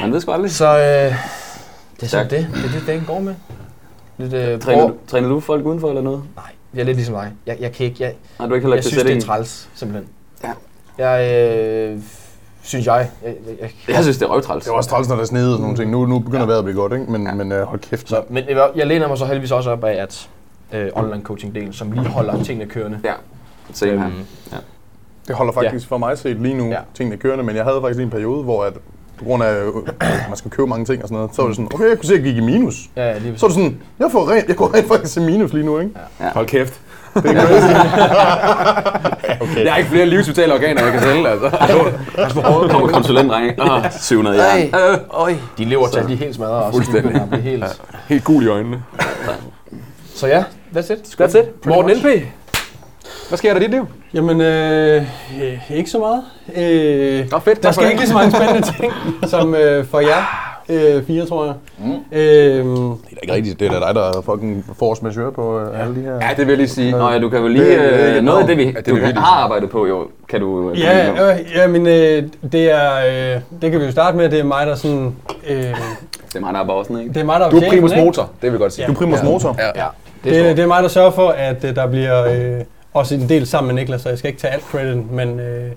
S3: Man ved sgu aldrig.
S5: Så øh, det er
S3: Tak.
S5: sådan det. Det er det, dagen går med. Lidt, øh,
S3: Træner,
S5: prøv-
S3: du, træner du folk udenfor eller noget?
S5: Nej, jeg er lidt ligesom dig. Jeg, jeg kan ikke. Jeg,
S3: Har du ikke heller
S5: jeg
S3: ikke
S5: synes, det er
S3: sætningen?
S5: træls, simpelthen.
S3: Ja.
S5: Jeg, øh, synes jeg. jeg, jeg, jeg
S3: Jeg synes, det er røvtræls.
S2: Det var også træls, når der snede og sådan nogle ting. Nu, nu begynder vejret at blive godt, ikke? Men, men øh, hold kæft.
S5: så, men jeg, jeg læner mig så heldigvis også op af, at øh, online coaching-delen, som lige holder tingene kørende.
S3: Ja, same her.
S5: Øhm,
S2: Det holder faktisk for mig set lige nu
S5: Ja.
S2: tingene kørende, men jeg havde faktisk lige en periode, hvor at på grund af, øh, at man skal købe mange ting og sådan noget, så var det sådan, okay, jeg kunne se, at jeg gik i minus.
S5: Ja, lige
S2: Så er det sådan, jeg, får rent, jeg går rent faktisk i minus lige nu, ikke?
S4: Hold kæft.
S2: Det er crazy.
S4: Okay. Jeg har ikke flere livsvitale organer, jeg kan sælge, altså.
S3: Kommer konsulentdrenge. Åh, 700 jern. Øh,
S5: Øj, de lever til, de er helt smadret også.
S4: Fuldstændig.
S5: Ja, de er helt.
S4: Helt gul i øjnene.
S5: Så ja, that's it.
S4: That's it. Morten NP. Hvad sker der i dit liv?
S1: Jamen, øh, øh, ikke så meget. Øh,
S4: Nå, fedt.
S1: der skal ikke lige så mange spændende ting, som øh, for jer øh, fire, tror jeg. Mm. Øh,
S2: Det er da ikke rigtigt. Det er da dig, der er fucking force majeure på ja. alle de her...
S4: Ja, det vil jeg lige sige.
S3: Nå ja, du kan vel lige...
S2: Det- det
S3: øh,
S2: er ikke
S3: noget af det, vi
S2: enormt, at det
S3: du
S2: er vigtigt.
S3: har arbejdet på, jo, kan du... øh,
S1: Ja,
S3: komme ind på.
S1: øh, ja men øh, det er, øh, det kan vi jo starte med, det er mig, der sådan, øh,
S3: Det er mig, der er bossen, ikke?
S1: det er mig, der er
S4: Du er
S1: chefen,
S4: primus
S1: ikke?
S4: motor, det vil jeg godt sige.
S1: Ja.
S2: Du er primus motor. Ja.
S5: Ja,
S1: Det, det er mig, der sørger for, at øh, der bliver øh, også en del sammen med Niklas, så jeg skal ikke tage alt credit, men øh,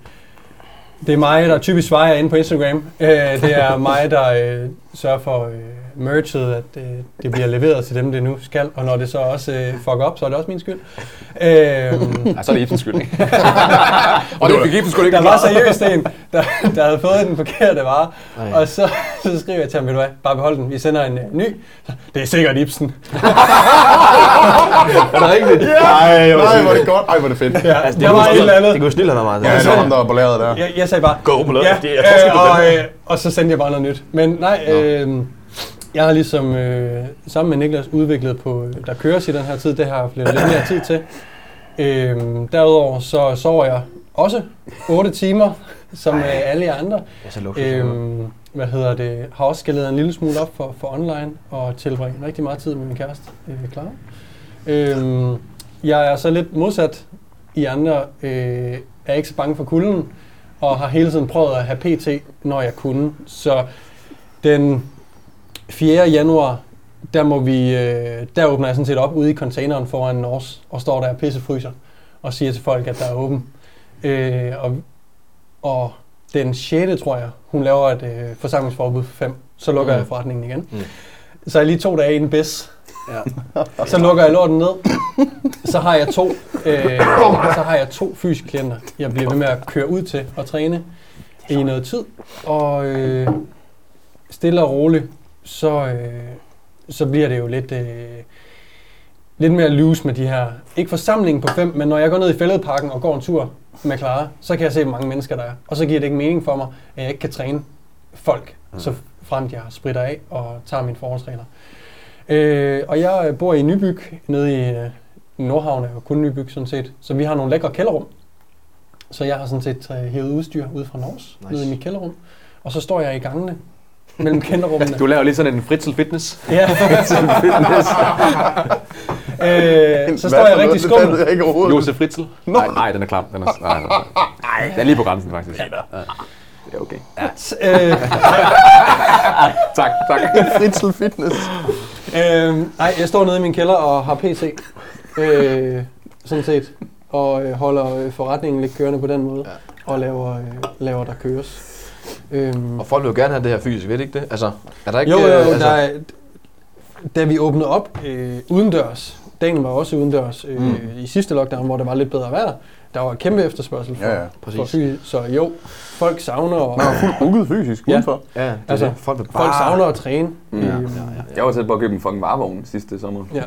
S1: det er mig, der typisk svarer jer inde på Instagram. Øh, det er mig, der øh, sørge for øh, merchet, at øh, det bliver leveret til dem, det nu skal. Og når det så også øh, fucker op, så er det også min skyld. Øh,
S4: Nej, så er det Ibsens skyld, ikke? og det fik Ibsen sgu ikke
S1: der var seriøst en, der, der havde fået den forkerte vare.
S5: Nej.
S1: Og så, så skriver jeg til ham, ved du hvad, bare behold den, vi sender en øh, ny. Så, Det er sikkert Ibsen.
S4: Er det rigtigt?
S2: Ej, Nej, hvor er det godt. Ej, hvor er det fedt. Ja,
S1: Altså, det var et eller andet.
S5: Det kunne snille, han har meget.
S2: det er ham, der er på lageret der.
S1: Jeg, jeg sagde bare...
S4: Gå på lørdag.
S1: Ja,
S4: Det- jeg tror sgu,
S1: øh,
S4: du
S1: og,
S4: glemmer.
S1: øh, og så sendte jeg bare noget nyt. Men nej, øh, jeg har ligesom øh, sammen med Niklas udviklet på... øh, Der køres i den her tid, det har jeg haft lidt lidt mere tid til. Øh, derudover så sover jeg også 8 timer, som øh, alle jer andre.
S5: Jeg er så luksus.
S1: Øhm, hvad hedder det? Har også skaleret en lille smule op for, for online og tilbringe rigtig meget tid med min kæreste, øh, Clara. Øhm, jeg er så lidt modsat i andre, øh, er ikke så bange for kulden, og har hele tiden prøvet at have PT, når jeg kunne. Så den 4. januar, der, må vi, øh, der åbner jeg sådan set op ude i containeren foran Nors, og står der og pissefryser, og siger til folk, at der er åben. Øh, og, og den 6. tror jeg, hun laver et øh, forsamlingsforbud for 5. Så lukker mm. jeg forretningen igen. Mm. Så er jeg lige to dage inden bes. Ja. så lukker jeg lorten ned. Så har jeg to, øh, så har jeg to fysiske klienter, jeg bliver ved med at køre ud til og træne i noget tid. Og øh, stille og roligt, så, øh, så bliver det jo lidt, øh, lidt mere loose med de her. Ikke forsamlingen på fem, men når jeg går ned i fældeparken og går en tur med Clara, så kan jeg se, hvor mange mennesker der er. Og så giver det ikke mening for mig, at jeg ikke kan træne folk, mm. så fremt jeg spritter af og tager min forholdsregler. Øh, og jeg øh, bor i Nybyg, nede i øh, Nordhavn, er jo kun Nybyg sådan set. Så vi har nogle lækre kælderrum. Så jeg har sådan set øh, hævet udstyr ud fra Norge, nice. nede i mit kælderrum. Og så står jeg i gangene mellem kælderrummene.
S4: Du laver lige sådan en fritzel fitness.
S1: Ja. øh, så står jeg rigtig skummel.
S2: Det er ikke overhovedet.
S4: Josef Fritzel. Nej, nej, den er klam. Den er, nej, den er, nej. Den er lige på grænsen, faktisk. Ja,
S3: Det er okay.
S1: Øh,
S4: tak, tak.
S2: Fritzel Fitness.
S1: øh, nej, jeg står nede i min kælder og har PC. Øh, sådan set. Og øh, holder øh, forretningen lidt kørende på den måde. Og laver, øh, laver der køres. Øhm,
S5: Og folk vil jo gerne have det her fysisk, ved de ikke det? Altså, er der ikke...
S1: jo, jo,
S5: øh,
S1: jo
S5: altså,
S1: der er, da vi åbnede op øh, udendørs, dagen var også udendørs øh, mm. i sidste lockdown, hvor der var lidt bedre vejr, der var kæmpe efterspørgsel for,
S2: Ja, ja,
S1: for fys- så jo, folk savner og,
S2: Man var fuldt booket fysisk
S1: Ja.
S2: udenfor.
S5: Ja, det,
S1: altså,
S5: altså, folk vil bare...
S1: folk savner at træne. Mm. Øh, ja,
S3: Jeg var tæt på at købe en fucking varevogn sidste sommer.
S1: ja.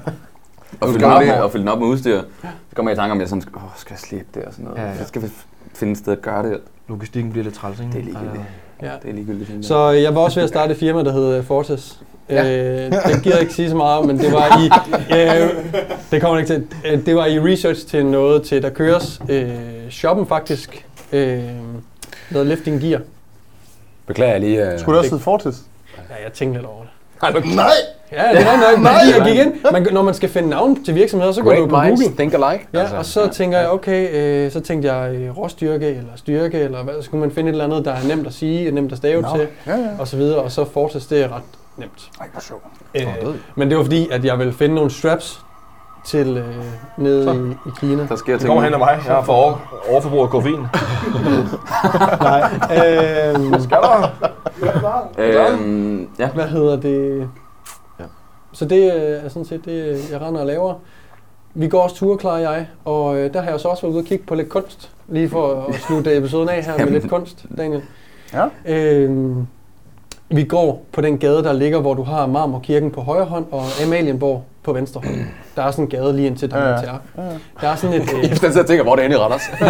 S3: Og fylde, den op, med- og fylde den op med udstyr. Så kom jeg i tanke om, at jeg sådan, skal- åh, skal jeg slippe det og sådan noget.
S5: Ja,
S3: Ja,
S5: ja.
S3: ja. Så skal vi f- finde et sted at gøre det.
S5: Logistikken bliver lidt træls, ikke?
S3: Det er ligegyldigt.
S1: Ja.
S3: Det er ligegyldigt. synes jeg.
S1: Så øh, jeg var også ved at starte et firma, der hed øh, Fortes. Ja. Øh, det gider jeg ikke sige så meget om, men det var i, øh, det kommer jeg ikke til, øh, det var i research til noget til, der køres øh, shoppen faktisk, øh, noget lifting gear.
S4: Beklager jeg lige. Uh...
S2: Skulle det også hedde Fortis?
S1: Ja, jeg tænkte lidt over det.
S2: Nej!
S1: Ja, det er nok, fordi jeg gik ind. Man, når man skal finde navn til virksomheder, så går du
S4: Great
S1: jo på
S4: minds
S1: Google.
S4: think alike.
S1: Ja, altså, og så tænker jeg, okay, øh, så tænkte jeg øh, råstyrke eller styrke, eller hvad, så kunne man finde et eller andet, der er nemt at sige, nemt at stave til,
S2: ja, ja.
S1: og så videre, og så fortsættes det er ret nemt.
S2: Ej, hvor sjovt.
S1: Øh, men det var fordi, at jeg ville finde nogle straps til øh, nede i, i Kina.
S3: Der sker
S5: Det
S3: ting.
S5: kommer
S3: nu.
S5: hen til mig. Jeg har for over, overforbrug af koffein.
S1: Nej. Øh,
S3: Øhm, ja.
S1: hvad hedder det? Så det øh, er sådan set det, øh, jeg render og laver. Vi går også ture, klarer jeg, og øh, der har jeg så også været ude og kigge på lidt kunst, lige for at slutte episoden af her med lidt kunst, Daniel.
S2: Ja.
S1: Øhm, vi går på den gade, der ligger, hvor du har Marmorkirken på højre hånd og Amalienborg på venstre hånd. Der er sådan en gade lige indtil der
S2: Ja,
S1: ja,
S2: ja.
S1: ja. Der er sådan et... Øh,
S4: Ibsen han sidder og tænker, hvor er det henne i Randers?
S5: Hvad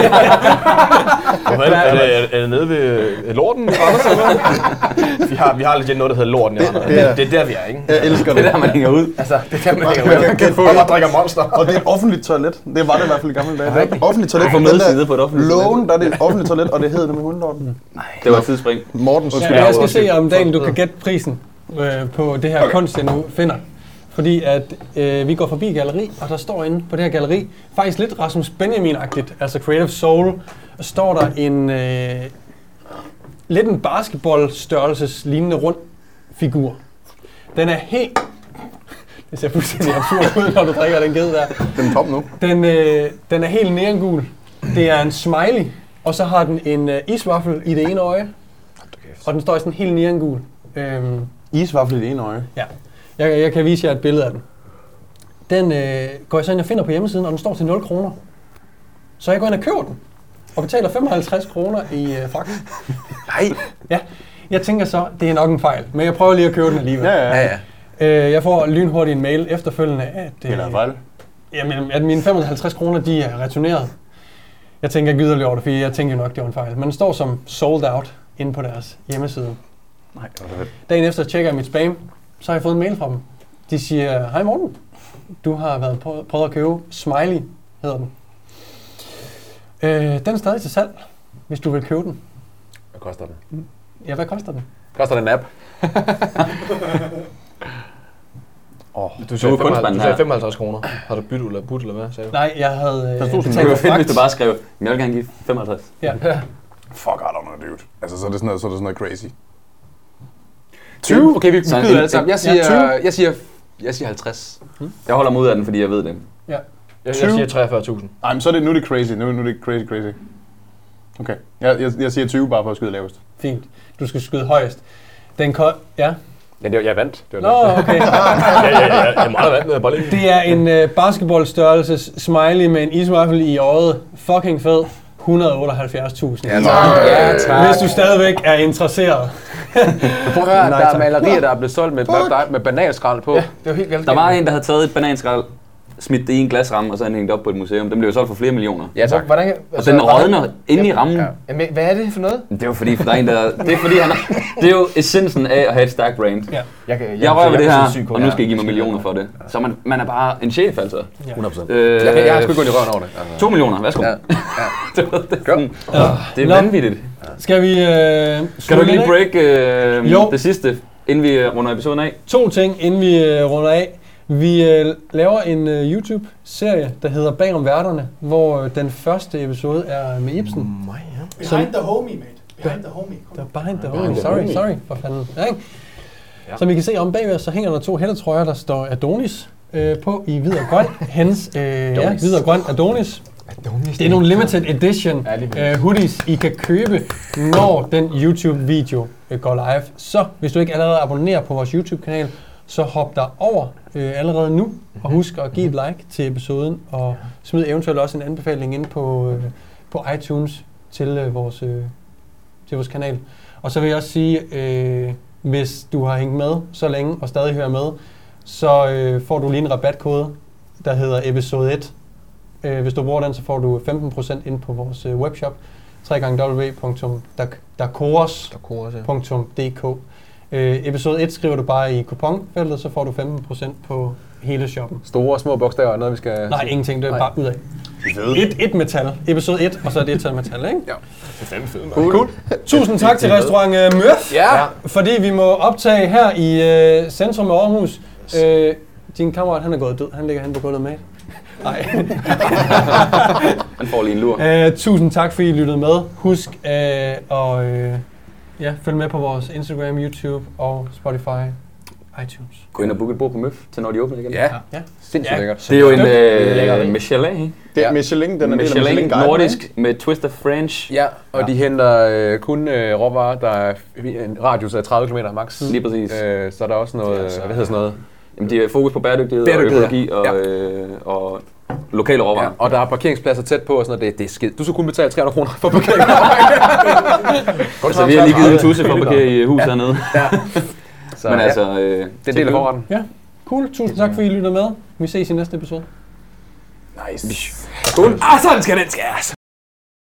S5: er, det, er, det, er det nede ved øh, Lorten i Randers? eller hvad? vi, har, vi har legit noget, der hedder Lorten i
S2: Det-
S5: Randers.
S2: det er-
S5: Det, det er der, vi er, ikke?
S2: Jeg elsker det.
S3: Det er der, man hænger ud.
S5: Altså, det er der, man
S2: Man
S5: hænger
S2: kan- kan få-
S5: ud. Og man drikker monster.
S2: Og det er et offentligt toilet. Det var det i hvert fald i gamle dage. Det er et offentligt toilet.
S3: På
S2: for
S3: medside på et offentligt
S2: Loven, der er det et offentligt toilet, og det hedder nemlig hundelorten.
S3: Det var et tidsspring.
S2: Mortens.
S1: Ja, jeg skal se, om dagen du kan gætte prisen øh, på det her okay. kunst, jeg nu finder. Fordi at øh, vi går forbi et galleri, og der står inde på det her galleri, faktisk lidt Rasmus Benjamin-agtigt, altså Creative Soul, står der en øh, lidt en basketballstørrelses lignende rund figur. Den er helt... Det ser fuldstændig absurd ud, når du drikker den ged der.
S2: Den er tom nu.
S1: Den, øh, den er helt neongul. Det er en smiley, og så har den en øh, isvaffel i det ene øje. Og den står i sådan helt neongul. Øhm,
S2: Isvaffel i det ene øje.
S1: Ja. Jeg, jeg kan vise jer et billede af den. Den øh, går jeg så ind og finder på hjemmesiden, og den står til 0 kroner. Så jeg går ind og køber den, og betaler 55 kroner i øh, fragt.
S4: Nej.
S1: Ja, jeg tænker så, det er nok en fejl, men jeg prøver lige at købe den alligevel.
S2: Ja, ja.
S4: Ja, ja.
S1: Øh, jeg får lynhurtigt en mail efterfølgende, at, øh,
S2: Eller fejl.
S1: jamen, at mine 55 kroner de er returneret. Jeg tænker ikke yderligere over det, fordi jeg tænker jo nok, det var en fejl. Men den står som sold out inde på deres hjemmeside.
S2: Nej, det var fedt.
S1: Dagen efter tjekker jeg mit spam, så har jeg fået en mail fra dem. De siger, hej Morten, du har været på, prøvet at købe Smiley, hedder den. Øh, den er stadig til salg, hvis du vil købe den.
S4: Hvad koster den?
S1: Ja, hvad koster den?
S4: Koster den en app?
S2: Åh,
S5: Du
S3: sagde kunstmanden
S5: 55, du sagde
S3: her.
S5: 55 kroner. Har du byttet eller budt eller hvad, sagde du?
S1: Nej, jeg havde øh,
S2: Der stod sådan,
S1: betalt
S3: Det var
S1: for
S3: fedt, hvis
S1: fragt.
S3: du bare skrev, jeg vil gerne give 55.
S1: Ja.
S2: fuck, I don't know, dude. Altså, så er det sådan noget, så er det sådan noget crazy.
S4: 20? Okay, vi
S3: Så en-
S4: byder alle sammen. Jeg
S1: Ja,
S4: siger,
S1: 20.
S4: jeg siger, jeg siger 50.
S3: Jeg holder mig ud af den, fordi jeg ved det.
S1: ja.
S5: Jeg, jeg
S2: 20.
S5: siger 43.000.
S2: Ej, men så er det, nu er det crazy. Nu, nu er det crazy, crazy. Okay. Jeg, jeg, jeg siger 20 bare for at skyde lavest.
S1: Fint. Du skal skyde højst. Den ko- ja.
S4: Ja, det var, jeg vandt. Det
S1: Nå, okay.
S5: ja, ja, ja, jeg er meget vant med at bare lige.
S1: Det er en øh, basketballstørrelse smiley med en isvaffel i øjet. Fucking fed. 178.000.
S4: Ja, tak. Ja, tak.
S1: Hvis du stadigvæk er interesseret.
S4: Prøv at høre,
S1: Nej,
S4: der er
S1: tak.
S4: malerier, der er blevet solgt med, med, med banalskrald på. Ja.
S5: Det var helt galt.
S3: Der var en, der havde taget et bananskrald, smidt det i en glasramme, og så hængt det op på et museum. Den blev jo solgt for flere millioner.
S4: Ja, tak.
S5: Hvordan,
S3: Og den rådner inde i rammen.
S4: Ja.
S5: Jamen, hvad er det for noget?
S3: Det er jo fordi, for der er en, der... Det er fordi, han... Det er jo essensen af at have et stærkt brand.
S1: Ja.
S5: Jeg, kan,
S3: Jeg rører ved det
S5: kan
S3: her,
S5: sidde syg på
S3: og nu skal I give mig millioner for det. Så man, man er bare en chef, altså.
S4: 100%.
S3: Øh,
S4: Jeg, jeg har sgu ikke gået i røven over det. Altså.
S3: To millioner, værsgo.
S4: Ja.
S3: det, var, det, er sådan, det er
S1: Nå.
S3: vanvittigt.
S1: Skal vi... Øh,
S3: Kan du ikke lige
S1: af?
S3: break øh,
S1: Jo.
S3: det sidste, inden vi øh, runder episoden af?
S1: To ting, inden vi øh, runder af. Vi øh, laver en øh, YouTube-serie, der hedder Bag om værterne, hvor øh, den første episode er med Ibsen. Mm.
S5: Nej, ja.
S1: Som-
S6: Behind the homie, mate. Behind the homie. Kom.
S1: Der er behind the homie. Sorry, sorry. For fanden. Ja, ikke? Ja. Som I kan se om bagved, os, så hænger der to hættetrøjer, der står Adonis øh, på i hvid og grøn. Hendes øh, ja, hvid og grøn Adonis. Det er nogle limited edition øh, hoodies, I kan købe, når den YouTube-video øh, går live. Så hvis du ikke allerede abonnerer på vores YouTube-kanal, så hop der over øh, allerede nu. Og husk at give et like til episoden, og smid eventuelt også en anbefaling ind på, øh, på iTunes til øh, vores øh, til vores kanal. Og så vil jeg også sige, øh, hvis du har hængt med så længe og stadig hører med, så øh, får du lige en rabatkode, der hedder episode 1. Øh, hvis du bruger den, så får du 15% ind på vores øh, webshop, www.dakoros.dk.
S5: Der korer sig.
S1: Øh, episode 1 skriver du bare i kuponfeltet, så får du 15% på hele shoppen.
S4: Store og små bogstaver er noget, vi skal...
S1: Nej, ingenting, det er
S4: Nej.
S1: bare ud af. Et, et metal. Episode 1, og så er det et tal metal, ikke?
S4: Cool. cool.
S1: Tusind tak til restaurant øh, Mørf.
S4: Ja.
S1: Fordi vi må optage her i øh, centrum af Aarhus. Øh, din kammerat, han er gået død. Han ligger han på gulvet med. Nej.
S3: Han får lige en lur.
S1: øh, tusind tak, fordi I lyttede med. Husk øh, at øh, ja, følge med på vores Instagram, YouTube og Spotify, iTunes.
S3: Gå ind og book et bord på Møf, til når de åbner igen.
S4: Ja.
S1: Ja.
S4: Sindssygt
S1: Ja.
S4: lækkert.
S3: Det er jo en
S5: Lækkert,
S3: øh,
S5: ikke?
S3: Michelin, ikke?
S2: Det er
S4: Ja.
S2: Michelin, den er Michelin, Michelin
S3: Michelin
S2: Guide.
S3: nordisk med twist of French.
S4: Ja, og ja. de henter øh, kun øh, råvarer, der er i en radius af 30 km max.
S3: Lige præcis.
S4: Øh, så er der også noget, ja, hvad hedder sådan noget?
S3: Jamen, de har fokus på bæredygtighed, og
S4: Bæredygtighed,
S3: økologi og,
S4: ja.
S3: øh, og lokale råvarer.
S4: Ja, og der er parkeringspladser tæt på og sådan noget. Det, det er skidt. Du skulle kun betale 300 kroner for parkering.
S3: Altså, vi har lige givet en tusse for at parkere i huset hernede.
S4: så,
S3: Men
S4: ja,
S3: altså, øh,
S4: det er en del af forretten.
S1: Ja, cool. Tusind tak, fordi I lyttede med. Vi ses i næste episode.
S2: Nice.
S4: Cool. Ah, sådan skal den skæres.